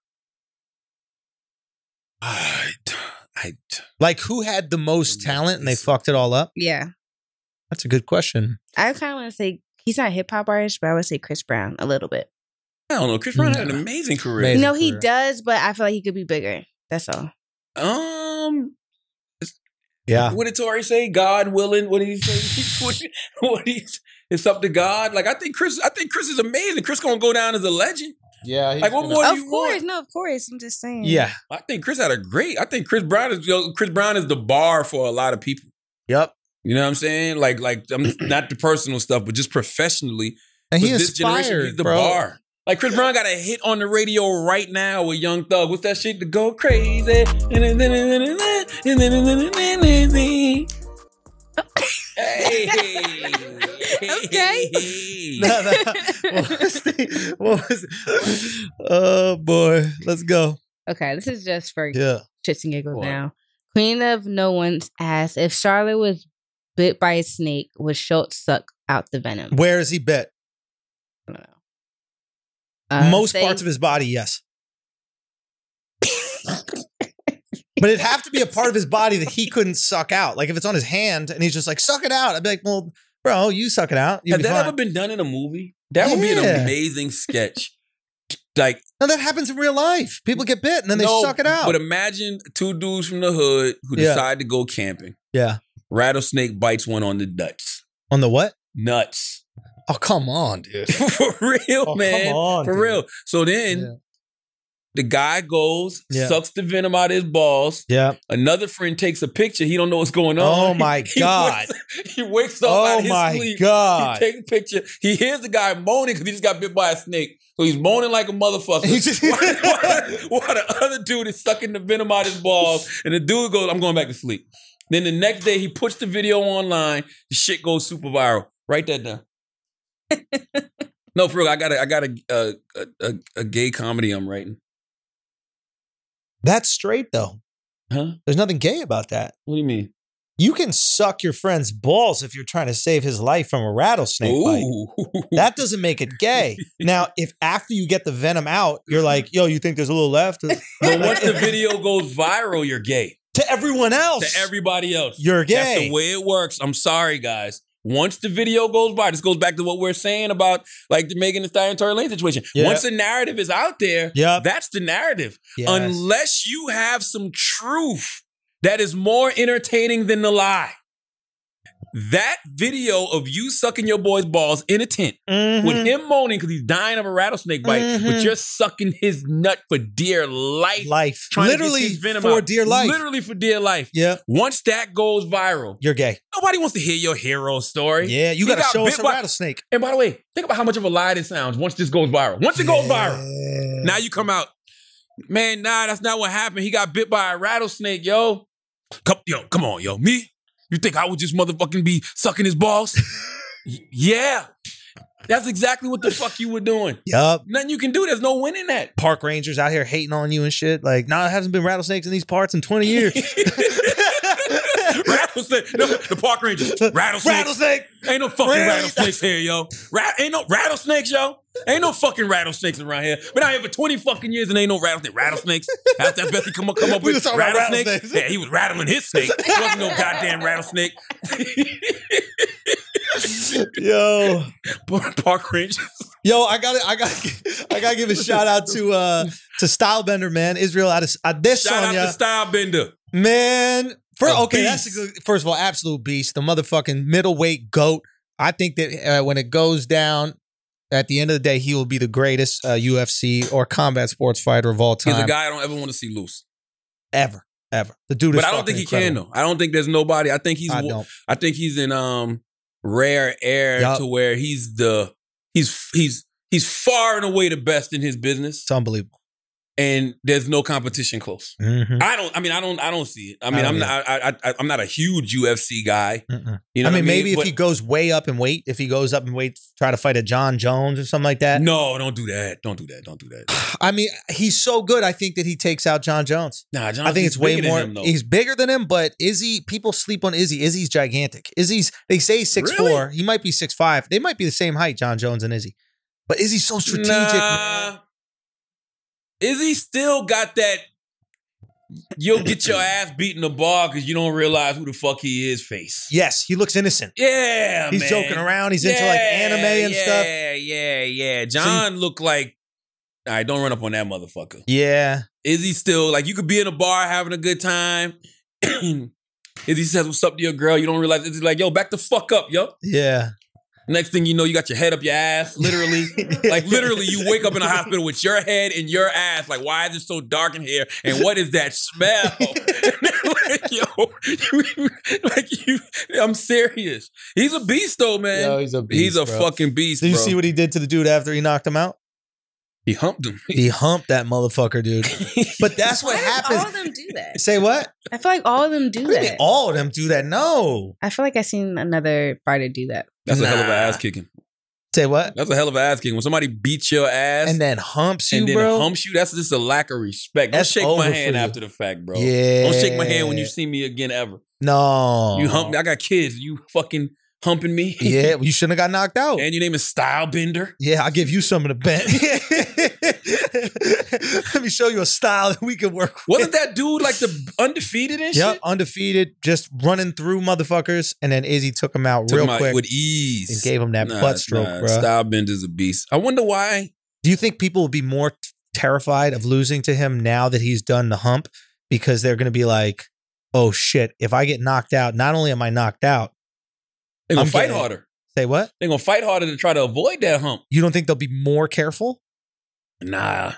I, I,
Like who had the most talent and they
It's-
fucked it all up?
Yeah,
That's a good question.
I kind of want to say he's not a hip hop artist, but I would say Chris Brown a little bit.
I don't know. Chris Brown had an
Nah.
amazing career.
Amazing.
no, he
career.
does, but I feel like he could be bigger. That's all.
Um,
Yeah.
what did Tori say? God willing. What did he say? what, what he, it's up to God. Like I think Chris. I think Chris is amazing. Chris gonna go down as a legend.
Yeah.
Like, what more- do
of
you
course,
want?
no, of course. I'm just saying.
Yeah.
I think Chris had a great. I think Chris Brown is yo, Chris Brown is the bar for a lot of people.
Yep.
You know what I'm saying? Like, like I'm not the personal stuff, but just professionally.
And he
But
inspired
he's the
bro.
bar. Like Chris Brown got a hit on the radio right now with Young Thug. What's that shit to go crazy?
Okay.
No,
Hey.
no. What was the- what was the- oh boy, let's go.
Okay, this is just for
Yeah.
shits and giggles
What?
now. Queen of No One's asked if Charlotte was bit by a snake, would Schultz suck out the venom?
Where is he bit?
I don't know. Uh,
Most
say-
parts of his body, yes. But it'd have to be a part of his body that he couldn't suck out. Like if it's on his hand and he's just like, suck it out. I'd be like, well, bro, you suck it out. You'd
Has
be
that
fine.
ever been done in a movie? That would be an
Yeah.
amazing sketch. Like
no, that happens in real life. People get bit and then they
no,
suck it out.
But imagine two dudes from the hood who
Oh. Yeah.
decide to go camping.
yeah.
Rattlesnake bites one on the nuts.
On the what?
Nuts.
Oh, come on, dude.
For real,
Oh,
man.
on,
For
dude.
real. So then
Yeah.
The guy goes,
Yeah.
sucks the venom out of his balls.
Yeah.
Another friend takes a picture. He don't know what's going on.
Oh my
He
god.
wakes- He wakes up out
Oh
of his
my
sleep. He
god.
takes a picture. He hears the guy moaning because he just got bit by a snake. So he's moaning like a motherfucker.
He just-
while, while- while the other dude is sucking the venom out his balls. And the dude goes, I'm going back to sleep. Then the next day he puts the video online. The shit goes super viral. Write that down. no, for real, I got a, I got a, a, a, a gay comedy I'm writing.
That's straight though.
Huh?
There's nothing gay about that.
What do you mean?
You can suck your friend's balls if you're trying to save his life from a rattlesnake bite. That doesn't make it gay. Now, if after you get the venom out, you're like, yo, you think there's a little left?
but once the video goes viral, you're gay.
to everyone else,
To everybody else.
you're gay.
That's the way it works. I'm sorry, guys. Once the video goes by, this goes back to what we're saying about like the Megan Thee Stallion Tory Lane situation.
Yeah.
Once the narrative is out there,
Yep.
that's the narrative.
Yes.
Unless you have some truth that is more entertaining than the lie. That video of you sucking your boy's balls in a tent
Mhm.
with him moaning because he's dying of a rattlesnake bite, but
Mhm.
you're sucking his nut for dear life.
life,
trying to get
literally
his venom
for
out.
dear life.
Literally for dear life.
Yeah,
Once that goes viral,
you're gay.
Nobody wants to hear your hero story.
Yeah, you
He
got to
got
show us
bit
a
by-
rattlesnake.
And by the way, think about how much of a lie this sounds once this goes viral. Once it goes viral,
Yeah.
now you come out. Man, nah, that's not what happened. He got bit by a rattlesnake, yo. Come, yo, come on, yo. Me? You think I would just motherfucking be sucking his balls? Y- yeah. That's exactly what the fuck you were doing.
Yup.
Nothing you can do. There's no winning that.
Park rangers out here hating on you and shit. Like, nah, there hasn't been rattlesnakes in these parts in 20 years.
rattlesnake. No, the park rangers. Rattlesnake.
rattlesnake.
Ain't no fucking
Really?
rattlesnakes here, yo. Ra- ain't no rattlesnakes, yo. Ain't no fucking rattlesnakes around here. Been out here for 20 fucking years and ain't no rattlesnake. Rattlesnakes. That's, that's best he come up, come up
We
with.
was talking about
Rattlesnakes.
rattlesnakes.
Yeah, he was rattling his snake. There wasn't no goddamn rattlesnake.
Yo.
Park Rangers.
Yo, I got to I got to I got to give a shout out to uh to Stylebender man, Israel Adis-
Shout out
Adesanya.
to Stylebender.
Man, for,
A
okay, that's a
beast.
good. First of all, absolute beast, the motherfucking middleweight goat. I think that uh, when it goes down, at the end of the day, he will be the greatest uh, UFC or combat sports fighter of all
He's
time,
a guy I don't ever want to see loose.
ever, ever. The dude, is
But I don't
fucking
think he
incredible.
can, though. I don't think there's nobody. I think he's.
I
wa-
don't.
I think he's in um rare air
Yup.
to where he's the he's he's he's far and away the best in his business,
It's unbelievable.
and there's no competition close.
Mhm.
I don't. I mean, I don't. I don't see it. I mean,
don't
I'm not. I, I, I, I'm not a huge UFC guy.
Mm-mm.
You know.
I mean,
what
maybe if
But-
he goes way up in weight, if he goes up in weight, try to fight a John Jones or something like that.
No, don't do that. Don't do that. Don't do that.
I mean, he's so good. I think that he takes out John Jones.
Nah, John,
I think
he's
it's way
bigger than
more.
him, though.
he's bigger than him, but Izzy, people sleep on Izzy. Izzy's gigantic. Izzy's, they say he's 6'4. He might be 6'5. They might be the same height, John Jones and Izzy. But Izzy's so strategic.
Nah. Is he still got that? You'll get your ass beat in the bar because you don't realize who the fuck he is. Face.
Yes, he looks innocent.
Yeah,
he's
man.
joking around. He's into like anime and
yeah,
stuff.
Yeah, yeah, yeah. John looked like. All right, don't run up on that motherfucker.
Yeah.
Is he still like you could be in a bar having a good time? Is he says what's up to your girl? You don't realize it's like yo, back the fuck up, yo.
Yeah.
Next thing you know, you got your head up your ass, literally. like literally, you wake up in a hospital with your head and your ass. Like, why is it so dark in here? And what is that smell? like, yo, like you, I'm serious. He's a beast, though, man.
he's a
He's a fucking beast.
Did you
bro.
see what he did to the dude after he knocked him out?
he humped him?
He humped that motherfucker, dude. But that's what
Why does All of
happens.
them do that.
Say what?
I feel like all of them do
What do you mean
that.
all of them do that? No.
I feel like I seen another fighter do that.
That's a hell of an
Nah.
ass kicking.
Say what?
That's a hell of an ass kicking. When somebody beats your ass
And then humps you,
and then
bro.
humps you. That's just a lack of respect. Don't
That's
shake
over
my
for
hand
you.
after the fact, bro.
Yeah.
Don't shake my hand when you see me again ever.
No.
You hump me. I got kids. You fucking humping me.
Yeah, well, you shouldn't have got knocked out.
and your name is Stylebender.
yeah, I'll give you some of the bent. Let me show you a style that we can work with.
Wasn't that dude like the undefeated and
Yep,
shit?
undefeated, just running through motherfuckers, and then Izzy took him out
Took
real
him out
quick
with ease.
and gave him that
Nah,
butt stroke,
nah,
bro.
Stylebender's a beast. I wonder why.
Do you think people will be more t- terrified of losing to him now that he's done the hump because they're going to be like, "Oh shit! If I get knocked out, not only am I knocked out,
They're gonna
I'm
fight
getting-
harder.
say what?
They're gonna fight harder to try to avoid that hump.
You don't think they'll be more careful?
Nah.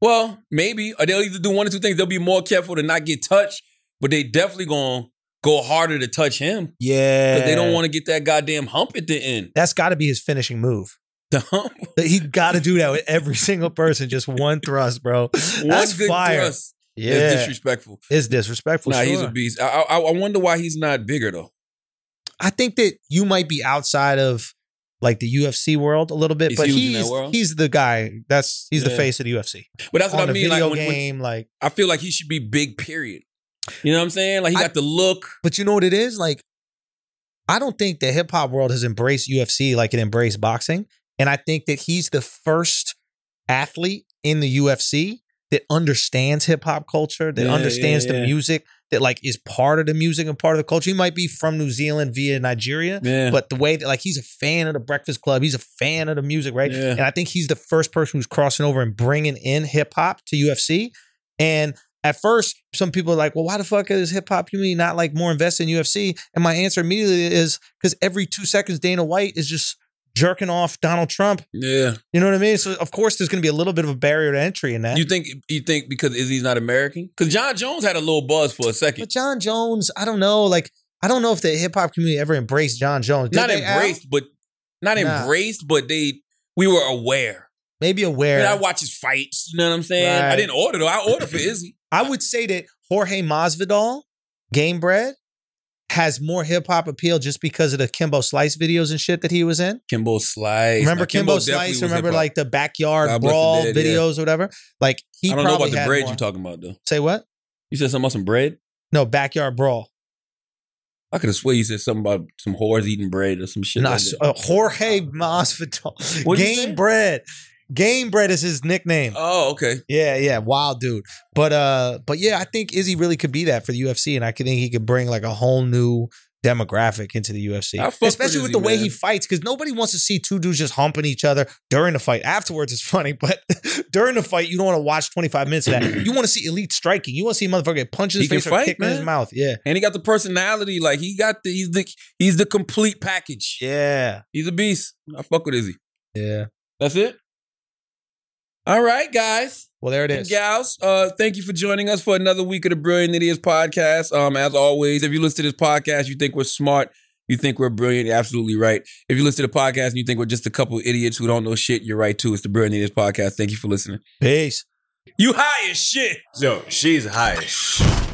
Well, maybe. Or they'll either do one or two things. They'll be more careful to not get touched, but they definitely gonna go harder to touch him.
Yeah.
Because they don't want to get that goddamn hump at the end.
That's got to be his finishing move.
The hump.
That He got to do that with every single person. Just one thrust, bro. That's
one good
fire.
thrust
Yeah.
is disrespectful.
it's disrespectful.
nah, he's
sure.
a beast. I, I I wonder why he's not bigger though.
I think that you might be outside of like the UFC world a little bit,
He's
but
huge in that
he's
world.
he's the guy. That's he's the
Yeah.
face of the UFC.
But that's
On
what I
the
mean. Like
video
when- when-
game, like
I feel like he should be big. Period. You know what I'm saying? Like he
I-
got the look.
But you know what it is? Like, I don't think the hip hop world has embraced UFC like it embraced boxing. And I think that he's the first athlete in the UFC that understands hip hop culture, that
Yeah, yeah,
understands
yeah.
the music, that like is part of the music and part of the culture. He might be from New Zealand via Nigeria,
Yeah.
but the way that like he's a fan of the Breakfast Club, he's a fan of the music, right?
Yeah.
And I think he's the first person who's crossing over and bringing in hip hop to UFC. And at first, some people are like, "Well, why the fuck is hip hop community not like more invested in UFC?" And my answer immediately is because every two seconds, Dana White is just jerking off Donald Trump.
yeah.
You know what I mean? So of course, there's going to be a little bit of a barrier to entry in that.
You think you think because Izzy's not American? Because John Jones had a little buzz for a second.
but John Jones, I don't know, like. I don't know if the hip hop community ever embraced John Jones. Did
not
they, Al?
embraced, but not
Nah.
embraced, but they we were aware.
Maybe aware.
And I watch his fights. You know what I'm saying? I
Right.
didn't order though. I ordered for Izzy.
I would say that Jorge Masvidal, Game Bread, has more hip hop appeal just because of the Kimbo Slice videos and shit that he was in.
Kimbo Slice.
remember
Now,
Kimbo,
definitely
Slice?
was
Remember
hip-hop.
like the backyard
God bless the
brawl
dead, yeah.
videos or whatever? Like he
I don't know
probably
about the
had
bread
more.
you talking about though.
Say what?
You said something about some bread.
No, backyard brawl.
I could have swear you said something about some whores eating bread or some shit.
Nah,
like
so-
that.
uh, Jorge Masvidal.
What'd you say?
Game Bread. Game Bread is his nickname.
Oh, okay.
Yeah, yeah, wild dude. But uh, but yeah, I think Izzy really could be that for the UFC, and I could think he could bring like a whole new demographic into the UFC,
I fuck with
especially with
Izzy,
the way
man.
he fights, because nobody wants to see two dudes just humping each other during the fight. Afterwards, it's funny, but during the fight, you don't want to watch twenty five minutes of that. You want to see elite striking. You want to see a motherfucker get punched in
He
his
can
face or
fight,
kicked in his
man.
mouth. Yeah,
And he got the personality. Like he got the he's the he's the complete package.
yeah,
He's a beast. I fuck with Izzy.
yeah.
That's it. All right, guys.
Well, there it
And
is.
Gals, uh, thank you for joining us for another week of the Brilliant Idiots podcast. Um, as always, if you listen to this podcast, you think we're smart, you think we're brilliant, you're absolutely right. If you listen to the podcast and you think we're just a couple of idiots who don't know shit, you're right too. It's the Brilliant Idiots podcast. Thank you for listening.
Peace.
You high as shit.
Yo, she's high. as shit.